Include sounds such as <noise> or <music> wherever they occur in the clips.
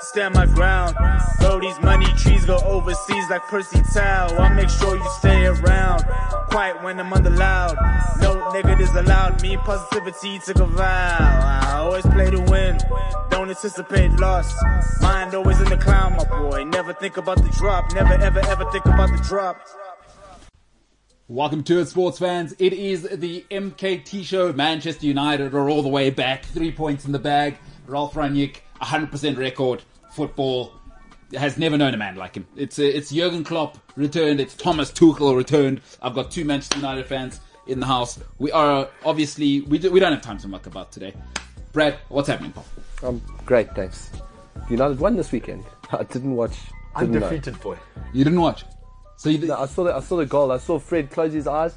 Stand my ground. Bro, these money trees go overseas like Percy Tau. I make sure you stay around. Quiet when I'm under loud. No negatives allowed. Me positivity took a vow. I always play to win. Don't anticipate loss. Mind always in the clown, my boy. Never think about the drop. Never ever ever think about the drop. Welcome to it, sports fans. It is the MKT show. Manchester United are all the way back. Three points in the bag. Ralph Ranick, 100% record. Football has never known a man like him. It's uh, it's Jurgen Klopp returned. It's Thomas Tuchel returned. I've got two Manchester United fans in the house. We are uh, obviously we do, we don't have time to muck about today. Brad, what's happening? Paul? Um, great, thanks. United won this weekend. <laughs> I didn't watch. Didn't know. Undefeated boy. You didn't watch, so you, No, I saw the I saw the goal. I saw Fred close his <laughs> eyes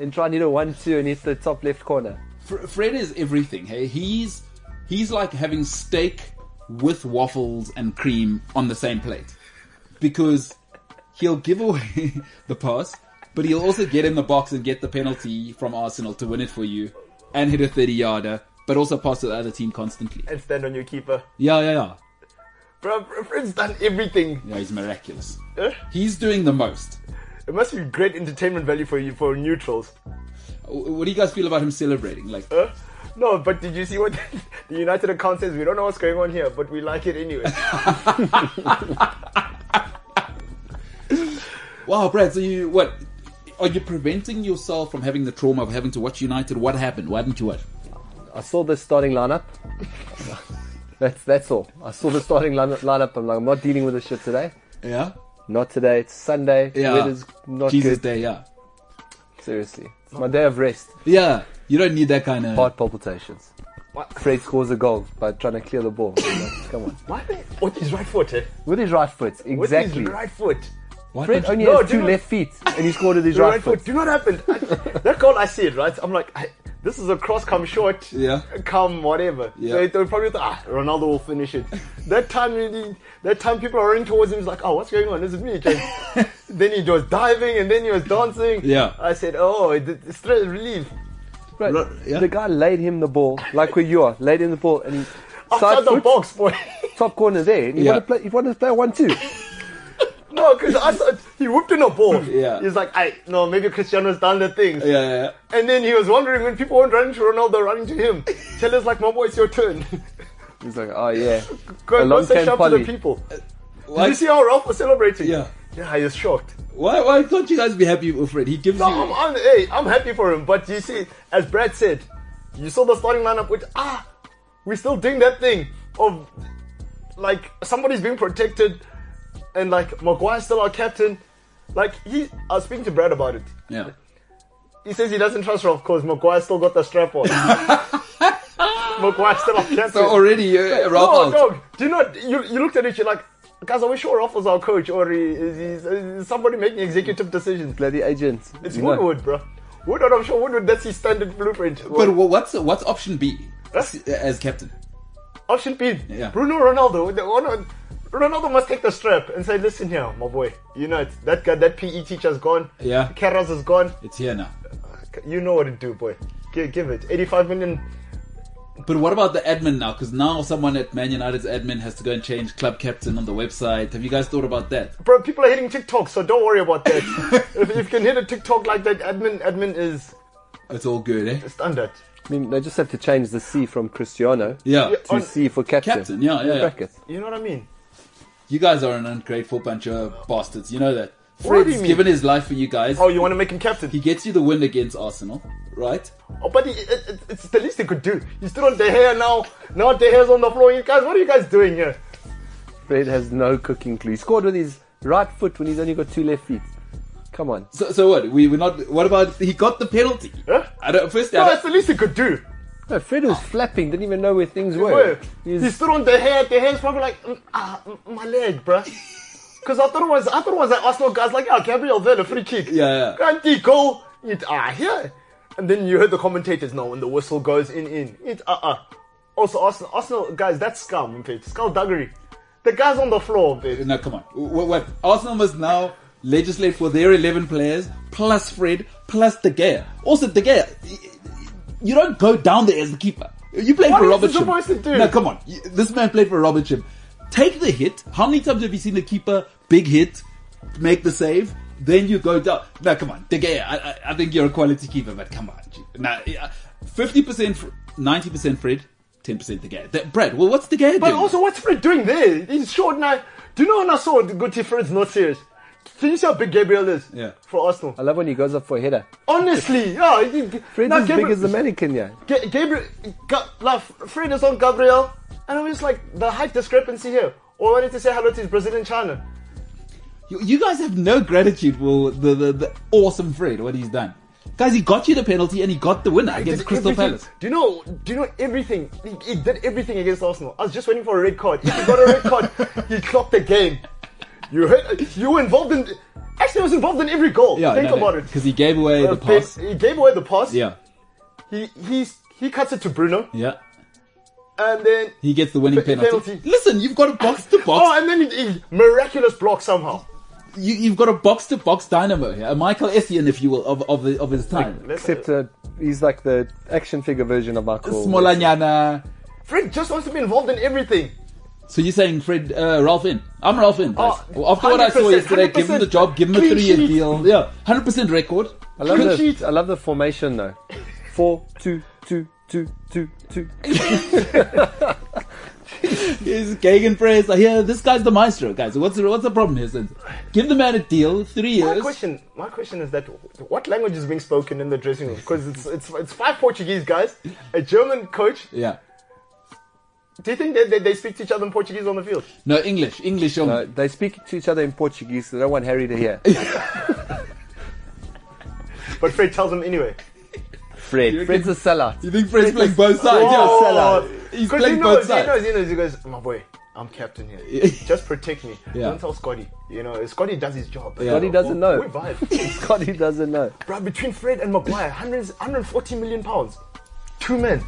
and try and hit a one-two and hit the top left corner. Fr- Fred is everything. Hey, he's he's like having steak with waffles and cream on the same plate because he'll give away <laughs> the pass, but he'll also get in the box and get the penalty from Arsenal to win it for you and hit a thirty-yarder, but also pass to the other team constantly. And stand on your keeper. Yeah, yeah, yeah. Bro, Fred's done everything. Yeah, he's miraculous. Eh? He's doing the most. It must be great entertainment value for you for neutrals. W- What do you guys feel about him celebrating? Like, Eh? No, but did you see what the United account says? We don't know what's going on here, but we like it anyway. wow, Brad, so you what? Are you preventing yourself from having the trauma of having to watch United? What happened? Why didn't you watch? I saw the starting lineup. <laughs> that's that's all. I saw the starting line- lineup. I'm like, I'm not dealing with this shit today. Yeah. Not today. It's Sunday. Yeah. Weather's not Jesus good. Day, yeah. Seriously, it's my day of rest. Yeah, you don't need that kind of. Heart palpitations. Fred scores a goal by trying to clear the ball. <laughs> I'm like, Come on. Why? they- With his right foot, eh? With his right foot, With exactly. his right foot. Why Fred don't you- only No, has do two not- left feet, and he scored with his The right, right foot. Do you know what happened? I, that goal, I see it, right? I'm like, I, this is a cross, come short, Yeah. come whatever. Yeah. They, they probably thought, ah, Ronaldo will finish it. that time, really, that time people are running towards him. He's like, oh, what's going on? Is it <laughs> me again? then he was diving and then he was dancing. Yeah. I said, oh, it- it's thrill relief. Right. Right, yeah. The guy laid him the ball, like where you are, laid him the ball, and he Outside side the foot, box, boy. <laughs> top corner there. And he Yeah. wanted to play. He wanted to play one two. no, because I thought he whooped in a ball. <laughs> Yeah. He's like, I no, maybe Cristiano's done the things. Yeah, yeah, yeah. And then he was wondering when people weren't running to Ronaldo, running to <laughs> him. Tell us, like, my boy, it's your turn. He's like, oh yeah. Go, go Along say came shout to the Polly. people. Did you Why, see how Ralph was celebrating? Uh, Yeah. Yeah, he was shocked. why, why can't you guys be happy with Fred? He gives No, I'm, you. I'm, hey, I'm happy for him. But you see, as Brad said, you saw the starting lineup, which, ah, we're still doing that thing of, like, somebody's being protected and, like, Maguire's still our captain. Like, he, I was speaking to Brad about it. Yeah. He says he doesn't trust Ralph because Maguire still got the strap <laughs> on. Maguire's still our captain. So already, uh, Oh, No, Ralph out. dog. Do you not? You, you looked at it. You're like, guys, are we sure Ralph was our coach or is, is, is somebody making executive decisions? Bloody agents. It's You know. Woodward, bro. Woodward, I'm sure Woodward. That's his standard blueprint. But Well, wha- what's what's option B Huh? as captain? option B, Yeah. Bruno Ronaldo. The one- Ronaldo must take the strap and say, "Listen here, my boy. You know it. That guy, that PE teacher's gone. Yeah. Carras is gone. It's here now. You know what to do, boy. Give, give it. 85 million. But what about the admin now? Because now someone at Man United's admin has to go and change club captain on the website. Have you guys thought about that? Bro, people are hitting TikTok, so don't worry about that. <laughs> if, if you can hit a TikTok like that, admin, admin is It's all good, eh? standard. I mean, they just have to change the C from Cristiano Yeah. Yeah. to On- C for captain. Captain, yeah, yeah, In yeah. brackets. You know what I mean? You guys are an ungrateful bunch of bastards. You know that. What do you Fred's mean? given his life for you guys. Oh, you want to make him captain? He gets you the win against Arsenal, right? oh, but he, it, it, it's the least he could do. He's still on De Gea now. Now De Gea's on the floor. You guys, what are you guys doing here? Fred has no cooking clue. He scored with his right foot when he's only got two left feet. Come on. So, so what? We were not. What about he got the penalty? Huh? I don't. First, I No, don't, that's the least he could do. No, Fred was flapping. Didn't even know where things Where? were. He's, He's- still on De Gea. De Gea's probably like, mm, ah, mm, my <laughs> leg, bruh. Because I thought it was, I thought it was like Arsenal guys like, yeah, Gabriel Vela, free kick. Yeah, yeah. Can't he go? It, ah, here. And then you heard the commentators now when the whistle goes in, in. It, ah, ah. Also, Arsenal, Arsenal guys, that's scum, in fact. Skullduggery. The guy's on the floor, bitch. No, come on. Wait, wait. Arsenal must now legislate for their 11 players, plus Fred, plus De Gea. Also, De Gea, y- y- you don't go down there as the keeper. You played What for is he Robertson. supposed to do? No, come on. Y- This man played for Robertson. Take the hit. How many times have you seen the keeper, big hit, make the save? Then you go down. No, come on. De Gea, I, I, I think you're a quality keeper, but come on. Now, 50%, Fr- 90% Fred, 10% De Gea. That- Brad, well, what's De Gea But doing? also, what's Fred doing there? He's short now. Do you know when I saw Guti Fred's not serious? Can you see how big Gabriel is? Yeah. For Arsenal. I love when he goes up for a header. Honestly, yeah. he- Fred's now as big as the mannequin, yeah. Ga- Gabriel, Ga- like, Fred is on Gabriel, and it was like the height discrepancy here. All I wanted to say hello to his Brazilian China. You, you guys have no gratitude for the, the, the awesome Fred, what he's done. Guys, he got you the penalty and he got the winner against Did Crystal everything- Palace. Do you know? Do you know everything? He, he did everything against Arsenal. I was just waiting for a red card. If he got a red card, he clocked the game. You hit, you were involved in. Actually, I was involved in every goal. Think about it. Because he gave away Uh, the pass. He gave away the pass. Yeah, He he's, he cuts it to Bruno, yeah. and then He gets the winning Pe- penalty. penalty. Listen, you've got a box to oh, box. and then he, he miraculous block somehow. You, you've got a box to box dynamo here, a Michael Essien, if you will, of of, the, of his time. Let's- Except uh, he's like the action figure version of Michael. Smolanyana. uh, Fred just wants to be involved in everything. So you're saying Fred uh, Ralph in? I'm Ralph in. guys. Oh, Well, After what I saw 100%, yesterday, give him the job, give him a clean three-year sheet. deal. Yeah, hundred percent record. I love, Clean the, sheet. I love the formation though. Four, two, two, two, two, two. is Gegenpress. I hear this guy's the maestro, guys. What's the, what's the problem here? Since give the man a deal, three My years. question, my question is that what language is being spoken in the dressing room? Because it's, it's it's five Portuguese guys, a German coach. Yeah. Do you think that they, they speak to each other in Portuguese on the field? No English, English only. Uh, they speak to each other in Portuguese. They don't want Harry to <laughs> hear. But Fred tells them anyway. Fred, Fred's a sellout. <laughs> you think Fred's playing both sides? Oh, yeah. He's 'cause playing he both knows, he sides. knows, he knows. He goes, my boy, I'm captain here. Just protect me. Yeah. Don't tell Scotty. You know, Scotty does his job. Yeah. Scotty doesn't know. We vibe, Scotty doesn't know. bro. Between Fred and Maguire, 100, 140 million pounds, two men.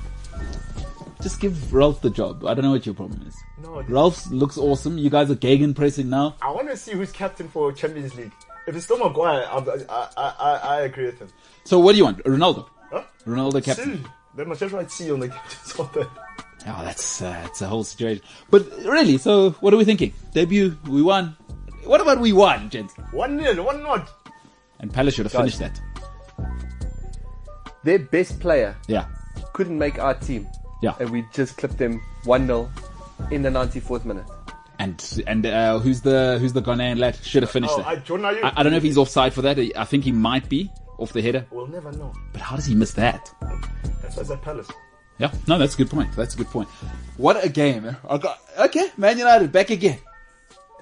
Just give Ralph the job. I don't know what your problem is. No, dude. Ralph looks awesome. You guys are Gegenpressing now. I want to see who's captain for Champions League. If it's still Maguire, I, I, I, I, I agree with him. So what do you want? Ronaldo. Huh? Ronaldo captain. See, they must just write C on the captain's <laughs> order. Oh, that's uh, it's a whole situation. But really, so what are we thinking? Debut, we won. What about we won, gents? One nil, one not. And Palace should have finished that. Their best player Yeah, couldn't make our team, yeah. and we just clipped them one 0 in the 94th minute. And and uh, who's the who's the Ghanaian lad? Should have finished Oh, that. I- Jordan Ayew. I, I don't know if he's offside for that. I think he might be off the header. We'll never know. But how does he miss that? That's why it's at Palace. Yeah, no, that's a good point. That's a good point. What a game! eh? I got- okay, Man United back again.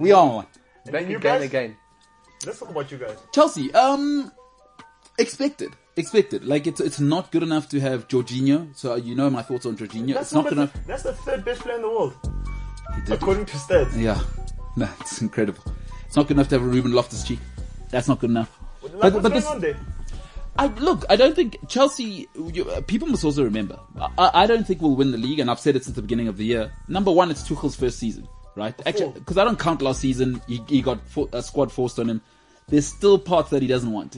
We are on one. Back you again, guys? again. Let's talk about you guys. Chelsea. Um, expected, expected. Like it's it's not good enough to have Jorginho. So uh, you know my thoughts on Jorginho. it's not the, good enough. That's the third best player in the world, He did- according to stats. Yeah, <laughs> no, it's incredible. It's not good enough to have a Ruben Loftus cheek. That's not good enough. Like, what's going this- on there? I look. I don't think Chelsea. You, uh, people must also remember. I- I, I don't think we'll win the league, and I've said it since the beginning of the year. Number one, it's Tuchel's first season, right? Actually, because I don't count last season. He, he got for, a squad forced on him. There's still parts that he doesn't want.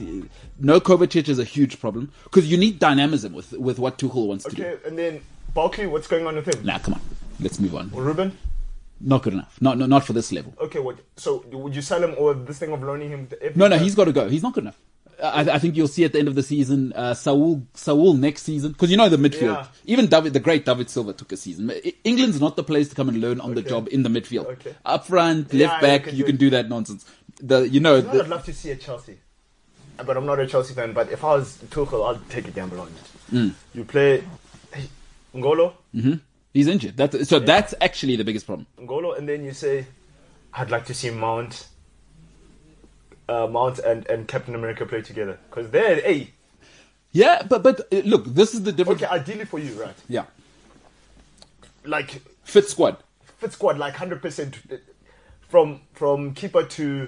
No Kovacic is a huge problem because you need dynamism with with what Tuchel wants to do. Okay, and then Barkley, what's going on with him? Now, come on, let's move on. Ruben? Not good enough. Not not, not for this level. Okay, what? So would you sell him or this thing of loaning him? To No, no, he's got to go. He's not good enough. I, I think you'll see at the end of the season, uh, Saul, Saul next season, because you know the midfield. Yeah. Even David, the great David Silva, took a season. E- England's not the place to come and learn on the Okay. job in the midfield. Okay. Up front, Yeah, left yeah, back, can you do can it. do that nonsense. The you know, You know the- what I'd love to see at Chelsea, but I'm not a Chelsea fan. But if I was Tuchel, I'd take a gamble on it. Hmm. You play hey, Ngolo, he's injured. That's, so that's actually the biggest problem. Ngolo, and then you say, I'd like to see Mount, uh, Mount and, and Captain America play together because they're hey. Yeah, but but uh, look, this is the difference. Okay, ideally for you, right? Yeah, Like fit squad. fit squad, like hundred percent uh, from from keeper to,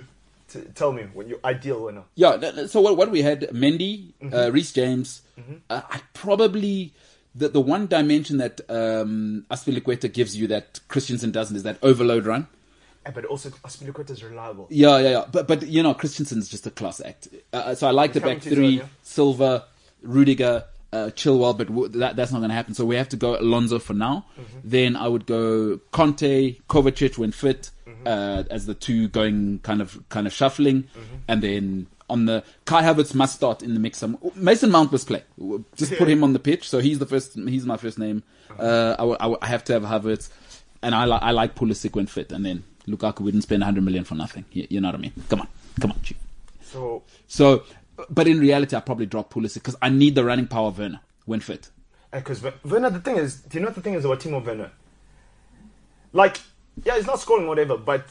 to tell me when your ideal winner. Yeah. no, no, So what, what we had Mendy, uh, Reece James. Uh, I probably the the one dimension that um, Aspilicueta gives you that Christensen doesn't is that overload run. eh, but also Aspilicueta is reliable. Yeah, yeah, yeah. But but you know, Christensen's just a class act. Uh, so I like the back coming to his three: own, yeah. Silva, Rudiger, uh, Chilwell. But w- that, that's not going to happen. So we have to go Alonso for now. Then I would go Conte, Kovacic when fit, uh, as the two going kind of kind of shuffling, and then. On the Kai Havertz must start in the mix. Some Mason Mount was play. Just put him on the pitch. So he's the first. He's my first name. Uh, I, will- I will- I have to have Havertz, and I, li- I like Pulisic when fit. And then Lukaku wouldn't spend 100 million for nothing. You, you know what I mean? Come on, come on, chief. So So, but in reality, I probably drop Pulisic because I need the running power of Werner when fit. Because eh, Werner, the thing is, do you know what the thing is about Timo Werner? Like, yeah, he's not scoring whatever, but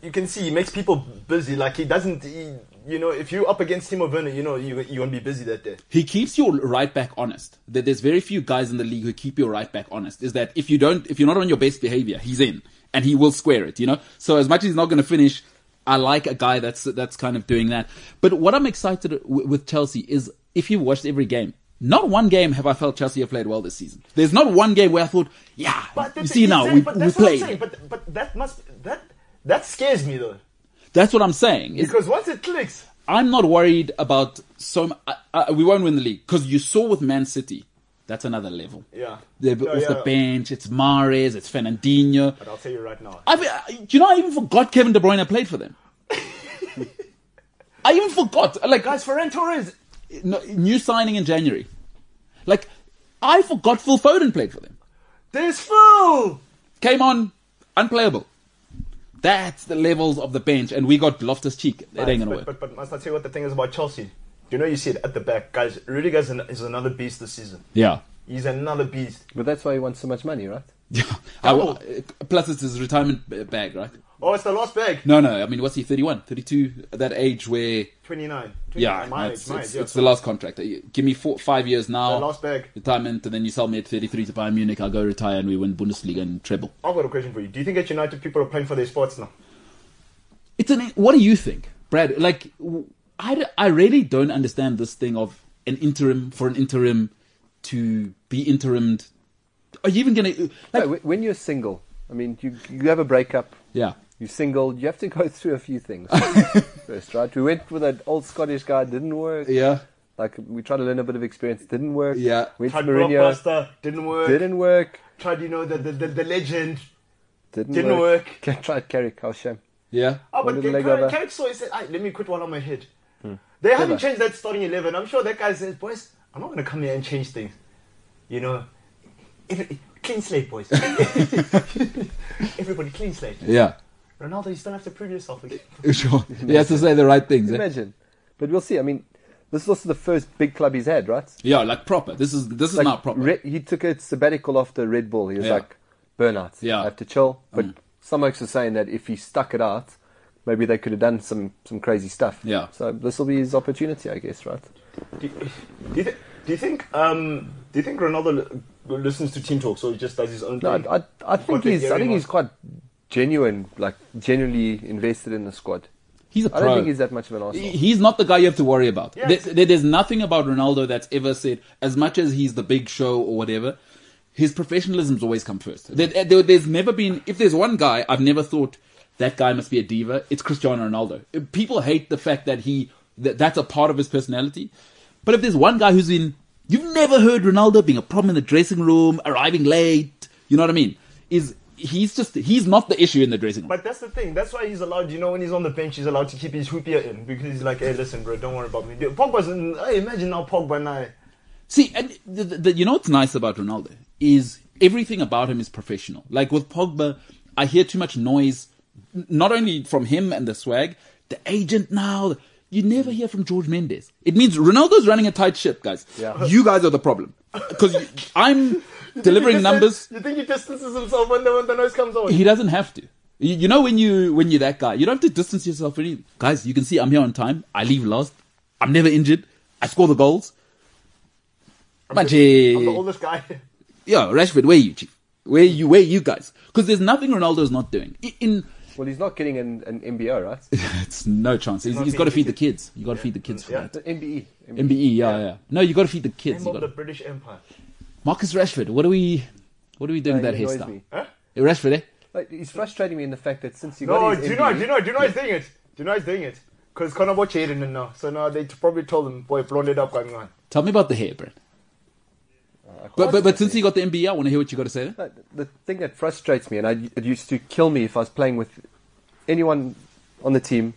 you can see he makes people busy. Like he doesn't, he, you know, if you're up against Timo Werner, you know you you won't be busy that day. He keeps your right back honest. There- There's very few guys in the league who keep your right back honest. Is that if you don't, if you're not on your best behavior, he's in and he will square it. You know. So as much as he's not going to finish, I like a guy that's that's kind of doing that. But what I'm excited w- with Chelsea is if you watched every game. Not one game have I felt Chelsea have played well this season. There's not one game where I thought, yeah, you But that's- see now, exactly, we, eh, we but that's what I'm saying, played. But but that must that that scares me though, That's what I'm saying. is- because once it clicks, I'm not worried about so. mu- I, I, we won't win the league because you saw with Man City, that's another level. Yeah. They're Yeah, off the yeah. bench. It's Mares. It's Fernandinho. but I'll tell you right now, I, mean, I- you know, I even forgot Kevin De Bruyne played for <laughs> them. I even forgot. Like guys, Ferran Torres. no, new signing in January. Like I forgot Phil Foden played for them. There's Phil. Came on, unplayable. That's the levels of the bench, and we got Loftus Cheek. It ain't gonna work. but, But, but must I tell you what the thing is about Chelsea? Do you know you see it at the back, guys? Rudiger is, an, is another beast this season. yeah. He's another beast. But that's why he wants so much money, right? Yeah. I- I- plus, it's his retirement b- bag, right? Oh, it's the last bag. No, no. I mean, what's he? 31, 32? That age where, 29. 29. yeah, my it's, age, my it's, age, yeah. it's the last contract. Uh, you- Give me four, five years now. The last bag. Retirement, and then you sell me at 33 to Bayern Munich. I'll go retire, and we win Bundesliga and treble. I've got a question for you. Do you think that United people are playing for their spots now? It's an. What do you think, Brad? Like, w- I, d- I really don't understand this thing of an interim for an interim to be interimed. Are you even gonna like? Uh, No, wh- when you're single, I mean, you, you have a breakup, yeah. you're single, you have to go <laughs> through a few things <laughs> first, right? We went with that old Scottish guy, didn't work. Yeah. Like, we tried to learn a bit of experience, didn't work. Yeah. Went to Tried Mourinho, blockbuster, didn't work. didn't work. Tried, you know, the, the, the, the legend. Didn't, Didn't work. <laughs> work. Can't try Carrick, how shame. Yeah. Oh, When but did Car- they go back? Carrick saw it, said, "Aight, let me quit while I'm ahead. Hmm. They haven't Never. changed that starting 11. I'm sure that guy says, boys, I'm not going to come here and change things. You know, every, clean slate, <laughs> boys. Everybody, clean slate. Yeah. <laughs> Ronaldo, you still have to prove yourself again. Sure. He has to say the right things. eh? Imagine. But we'll see. I mean, this is also the first big club he's had, right? Yeah, like proper. This is this is Like, not proper. Re- he took a sabbatical after Red Bull. He was Yeah. like, burnout. Yeah. Mm. I have to chill. But some folks are saying that if he stuck it out, maybe they could have done some, some crazy stuff. Yeah. So this will be his opportunity, I guess, right? Do you, do you, thi- do you think um, do you think Ronaldo l- listens to team talk so he just does his own No, thing? I, I, I think What they're he's I hearing think on- he's quite genuine, like genuinely invested in the squad. He's a pro. I don't think he's that much of an He- arsenal. He's not the guy you have to worry about. Yeah, There- it's- there- there's nothing about Ronaldo that's ever said, as much as he's the big show or whatever, his professionalism's always come first. There, there- there's never been, if there's one guy I've never thought that guy must be a diva, it's Cristiano Ronaldo. People hate the fact that he, that that's a part of his personality. But if there's one guy who's in, you've never heard Ronaldo being a problem in the dressing room, arriving late, you know what I mean? Is, he's just, he's not the issue in the dressing room. But that's the thing. That's why he's allowed. You know, when he's on the bench, he's allowed to keep his hoop ear in because he's like, "Hey, listen, bro, don't worry about me." Pogba's. In, hey, imagine now Pogba now. See, and the, the, the- you know what's nice about Ronaldo is everything about him is professional. Like with Pogba, I hear too much noise, n- not only from him and the swag, the agent now. You never hear from George Mendes. It means Ronaldo's running a tight ship, guys. Yeah. You guys are the problem. Because I'm He <laughs> delivering just- numbers You think he distances himself when the when the noise comes on? he doesn't have to. You, you know when you when you're that guy, you don't have to distance yourself. From any guys, you can see I'm here on time. I leave last. I'm never injured. I score the goals. Imagine- I'm the oldest guy. yeah, Rashford, where you, chief? Where you, where you guys? Because there's nothing Ronaldo's not doing. I- In Well, he's not getting an, an MBO, right? <laughs> it's no chance. He's, he's got to feed the kids. You got to feed the kids for Yeah. that. The MBE. MBE. MBE, yeah, yeah. No, you got to feed the kids. <laughs> You Name of the gotta... British Empire. Marcus Rashford, what are we, what are we doing with that He annoys hairstyle? me. Huh? Hey, Rashford, eh? Like, he's frustrating me in the fact that since he No, got his do you know? MBE Do you know? Do you know he's doing it? Do you know he's doing it? Because Conobo cheated and now, so now they probably told him, "Boy, blonde it up, going on." Tell me about the hair, Uh, Brent. But, but, but since you got the MBE, I want to hear what you got to say. But the thing that frustrates me, and I, it used to kill me if I was playing with anyone on the team,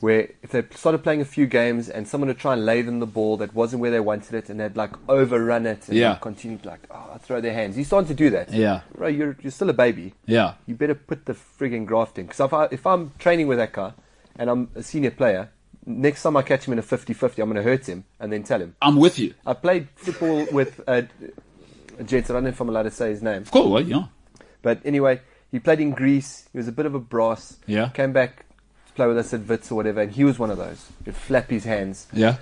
where if they started playing a few games and someone would try and lay them the ball that wasn't where they wanted it, and they'd like overrun it and Yeah. continue to like oh, throw their hands. He's starting to do that. Yeah. bro, you're you're still a baby. Yeah. you better put the frigging graft in. Because if I if I'm training with that guy and I'm a senior player, next time I catch him in a 50-50, I'm going to hurt him and then tell him. I'm with you. I played football with uh, a gents. I don't know if I'm allowed to say his name. Cool, well, yeah. But anyway, he played in Greece. He was a bit of a brass. Yeah. Came back to play with us at Vitz or whatever, and he was one of those. He'd flap his hands. Yeah.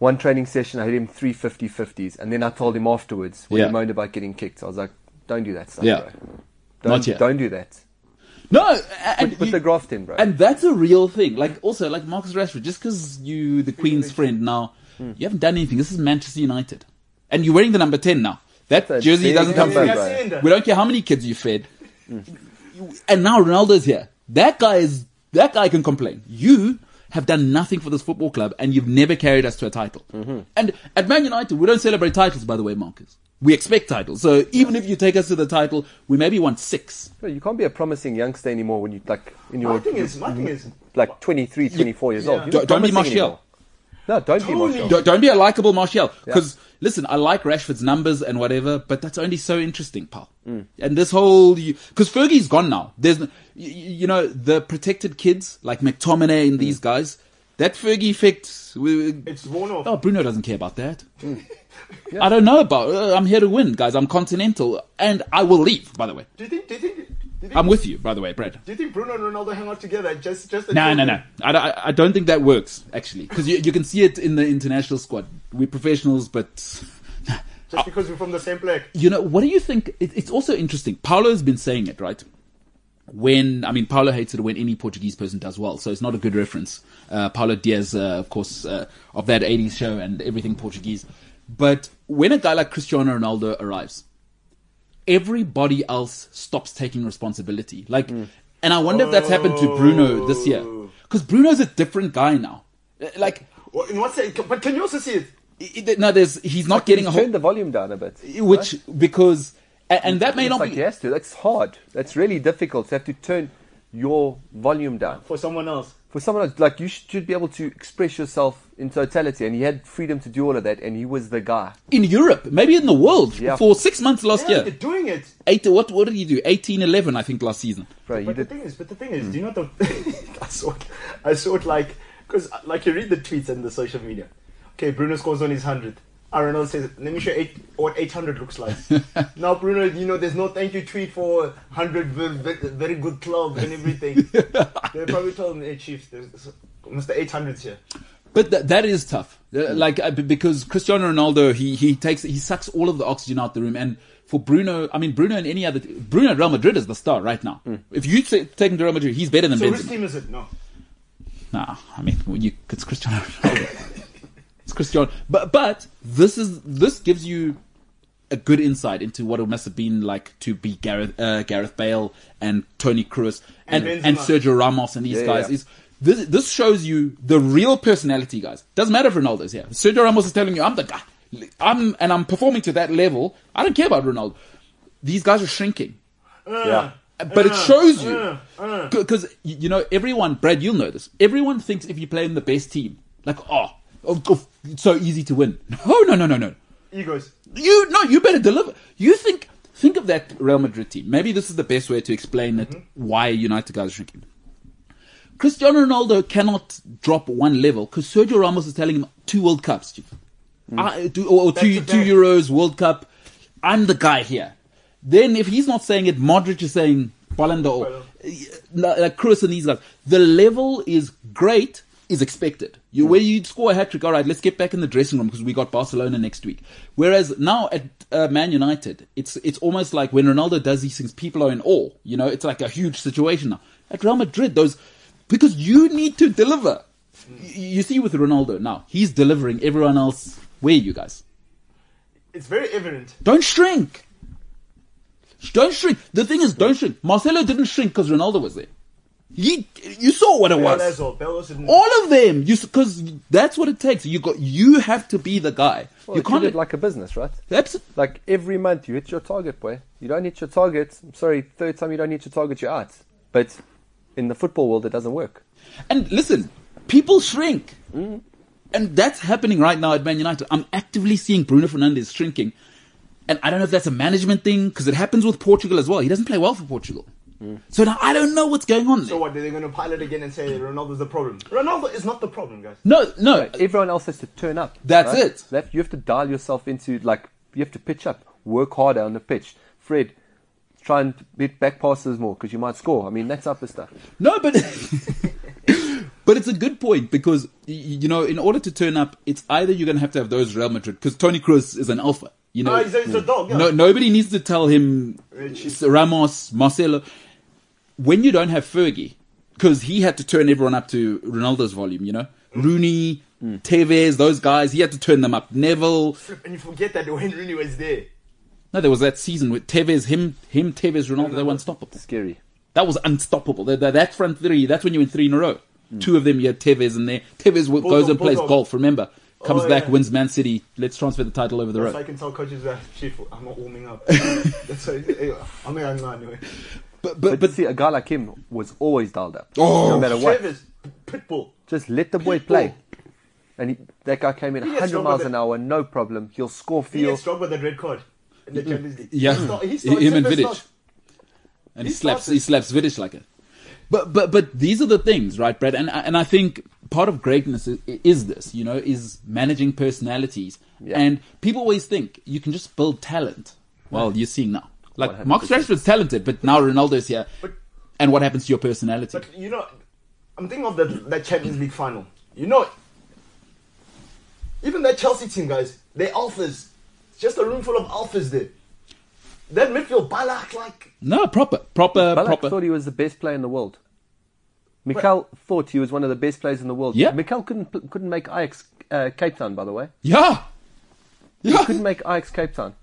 One training session, I hit him three 50 50s, and then I told him afterwards when Yeah. he moaned about getting kicked. I was like, don't do that stuff, Yeah. bro. Don't, Not yet. don't do that. No, and, Put you- the graft in, bro. and that's a real thing. Like, also, like Marcus Rashford, just because you the Queen's friend now, Hmm. you haven't done anything. This is Manchester United. And you're wearing the number 10 now. That That's a Hmm. jersey big doesn't come number, free. bro. We don't care how many kids you fed. You- And now Ronaldo's here. That guy is that guy can complain. You have done nothing for this football club and you've never carried us to a title. Mm-hmm. And at Man United, we don't celebrate titles, by the way, Marcus. We expect titles. So even if you take us to the title, we maybe want six. Bro, you can't be a promising youngster anymore when you like in your My thing is, my thing is, like 23, 24 years old. Yeah. You're Don't- not don't be promising Martial. anymore. No, don't be Tony. Martial. Don't, don't be a likable Martial. Because listen, I like Rashford's numbers and whatever, but that's only so interesting, pal. And this whole because Fergie's gone now. There's n- y- y- you know the protected kids like McTominay and these guys. That Fergie effect. we- we- it's worn off. Oh, Bruno doesn't care about that. <laughs> I don't know about. uh, I'm here to win, guys. I'm continental, and I will leave. By the way, Do you think? Do you think? Do you think, I'm with you. By the way, Brad. do you think Bruno and Ronaldo hang out together? Just, just the No, two no, of no. them? I don't, I don't think that works actually, because you, you can see it in the international squad. We're professionals, but <laughs> Just because we're from the same place. you know, what do you think? It, it's also interesting. Paulo's been saying it, right? When, I mean, Paulo hates it when any Portuguese person does well, so it's not a good reference. Uh, Paulo Diaz, uh, of course, uh, of that 80s show and everything Portuguese. But when a guy like Cristiano Ronaldo arrives, everybody else stops taking responsibility. Like, Hmm. and I wonder if that's happened to Bruno this year. Oh. Because Bruno's a different guy now. Uh, Like, Well, In what sense? But can you also see it? it, it- no, there's, he's not getting a He's whole, turned the volume down a bit. which, because, and, and that may It's not like be. he has to. That's hard. That's really difficult to have to turn your volume down. for someone else. For someone else, like you should be able to express yourself in totality, and he had freedom to do all of that, and he was the guy. in Europe, maybe in the world, Yeah. for six months last Yeah, year. they're doing it. Eight, what, what did he do? 18, 11, I think, last season. Bro, you But the did. thing is, but the thing is, do you Hmm. know the? <laughs> I sort, I sort like, because like you read the tweets and the social media. Okay, Bruno scores on his hundredth. Ronaldo says, "Let me show eight, what eight hundred <laughs> looks like." now, Bruno, you know, there's no thank you tweet for hundred very, very good club <laughs> and everything. they probably told him, "Hey, Chiefs, there's Mr. Eight Hundreds here." But tha- that is tough. Uh, Mm. Like, uh, b- because Cristiano Ronaldo, he, he takes, he sucks all of the oxygen out the room. And for Bruno, I mean, Bruno and any other, Bruno at Real Madrid is the star right now. If you say, take him to Real Madrid, he's better than Mm. So, whose Benzema. team is it? No, Nah, I mean, well, you, it's Cristiano Ronaldo. <laughs> it's Cristiano. But but this is this gives you a good insight into what it must have been like to be Gareth uh, Gareth Bale and Tony Cruz and and, Benzema. Sergio Ramos and these Yeah, guys. yeah. Is this this shows you the real personality, guys? Doesn't matter if Ronaldo's here. Sergio Ramos is telling you, I'm the guy. I'm and I'm performing to that level. I don't care about Ronaldo. These guys are shrinking Yeah. but it shows you uh, uh. because you know everyone brad you'll know this everyone thinks if you play in the best team like oh, oh, oh, it's so easy to win <laughs> no no no no no egos. you no you better deliver you think think of that real madrid team maybe this is the best way to explain it Mm-hmm. why united guys are shrinking cristiano ronaldo cannot drop one level because sergio ramos is telling him two world cups chief. Mm. I, do, or, or two, Back-to-back. two euros world cup i'm the guy here then if he's not saying it modric is saying Ballon d'Or. Ballon. No, like Cruz and these guys. The level is great, is expected. You, Where you score a hat trick, all right, let's get back in the dressing room because we got Barcelona next week. Whereas now at uh, Man United, it's it's almost like when Ronaldo does these things, people are in awe. You know, it's like a huge situation now. At Real Madrid, those because you need to deliver. Y- You see with Ronaldo now, he's delivering. Everyone else, where are you guys? It's very evident. Don't shrink. Don't shrink. The thing is, don't shrink. Marcelo didn't shrink because Ronaldo was there. He, you saw what it was. Perez or Bellos and- All of them. You because that's what it takes. You got. You have to be the guy. you Well, you can't. treat it like a business, right? that's, Like every month you hit your target, boy. You don't hit your target. I'm sorry, third time you don't hit your target, you're out. But in the football world, it doesn't work. and listen, people shrink, Mm-hmm. and that's happening right now at Man United. I'm actively seeing Bruno Fernandes shrinking, and I don't know if that's a management thing because it happens with Portugal as well. He doesn't play well for Portugal, Mm. so now I don't know what's going on. There. So what? Are they going to pilot again and say Ronaldo's the problem? Ronaldo is not the problem, guys. no, no, Everyone else has to turn up. That's it. That you have to dial yourself into like you have to pitch up, work harder on the pitch. Fred, try and hit back passes more because you might score. I mean, that type of stuff. No, but <laughs> but it's a good point because y- y- you know, in order to turn up, it's either you're going to have to have those Real Madrid because Tony Cruz is an alpha. You know, No, Ah, he's a, he's a dog. Yeah. no, nobody needs to tell him Richie. Ramos, Marcelo. When you don't have Fergie, because he had to turn everyone up to Ronaldo's volume. You know, Mm. Rooney, Tevez, those guys, he had to turn them up. Neville. <laughs> And you forget that Wayne Rooney was there. No, there was that season with Tevez, him, him, Tevez, Ronaldo. They were unstoppable. Scary. That was unstoppable. That, that, that front three, that's when you win three in a row. Two of them, you had Tevez in there. Tevez w- Hmm. Both goes of- and plays both of- golf, remember? Comes Oh, back, yeah. wins Man City. Let's transfer the title over the So I road. can tell coaches that shit. I'm not warming <laughs> up. That's why I'm a young man anyway. But, But, but, but see, a guy like him was always dialed up. Oh. no matter what. Chavez, Pitbull. Just let the boy play. And he, that guy came in He gets 100 stronger miles than- an hour, no problem. He'll score for He you. gets struck with that red card in the Champions League. yeah, He start- he started him and Chavez Vidic, starts- and he he slaps, started. he slaps Vidic like it. But but but these are the things, right, Brad? And I- and I think part of greatness is, is this, you know, is managing personalities. Yeah. And people always think you can just build talent. Well, you're seeing now, like 100%. Mark Rashford's talented, but now Ronaldo's here. But- and what happens to your personality? But you know, I'm thinking of that that Champions League final. You know, even that Chelsea team, guys, they're alphas. Just a room full of alphas there. That midfield, Balak, like No, proper, proper, Ballack proper. thought he was the best player in the world. Mikel thought he was one of the best players in the world. Yeah. Mikel couldn't pl- couldn't make Ajax uh, Cape Town, by the way. yeah, yeah. Couldn't make Ajax Cape Town.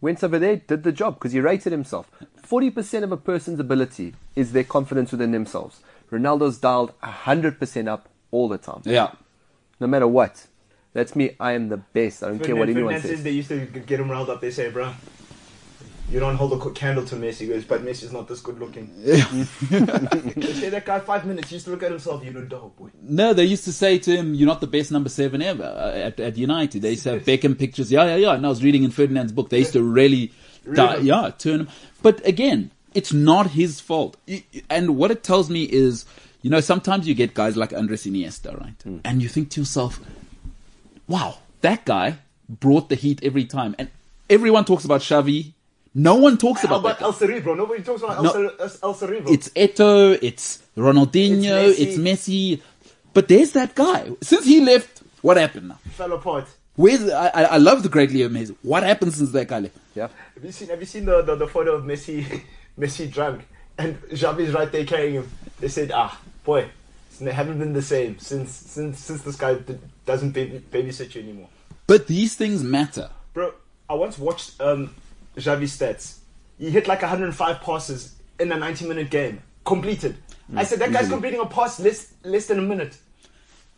Went over there, did the job because he rated himself. Forty percent of a person's ability is their confidence within themselves. Ronaldo's dialed hundred percent up all the time, yeah. no matter what. That's me. I am the best. I don't care what anyone Fernandes, says. They used to get him riled up. They say, bro, you don't hold a co- candle to Messi. He goes, but Messi's not this <laughs> good looking. they say that guy five minutes. He used to look at himself. You know, dog boy. No, they used to say to him, "You're not the best number seven ever uh, at, at United." They used to have Beckham pictures. Yeah, yeah, yeah. And I was reading in Ferdinand's book. They used to really, die, Really? yeah, turn him. But again, it's not his fault. Y- y- And what it tells me is, you know, sometimes you get guys like Andres Iniesta, right? And you think to yourself, wow, that guy brought the heat every time. And everyone talks about Xavi. No one talks about that. About guy. El Cerebro. Nobody talks about No. El, Cere- El- El Cerebro. it's Eto, it's Ronaldinho, it's It's Messi. But there's that guy. Since he left, what happened now? fell apart. Where's I, I I love the great Leo Messi. What happened since that guy left? Yeah. Have you seen? Have you seen the, the, the photo of Messi? <laughs> Messi drunk and Xavi's right there carrying him. They said, ah, boy, they haven't been the same since since since this guy d- doesn't baby, babysit you anymore. But these things matter. Bro, I once watched um, Xavi's stats. He hit like 105 passes in a 90 minute game, completed. I said that guy's completing a pass less less than a minute.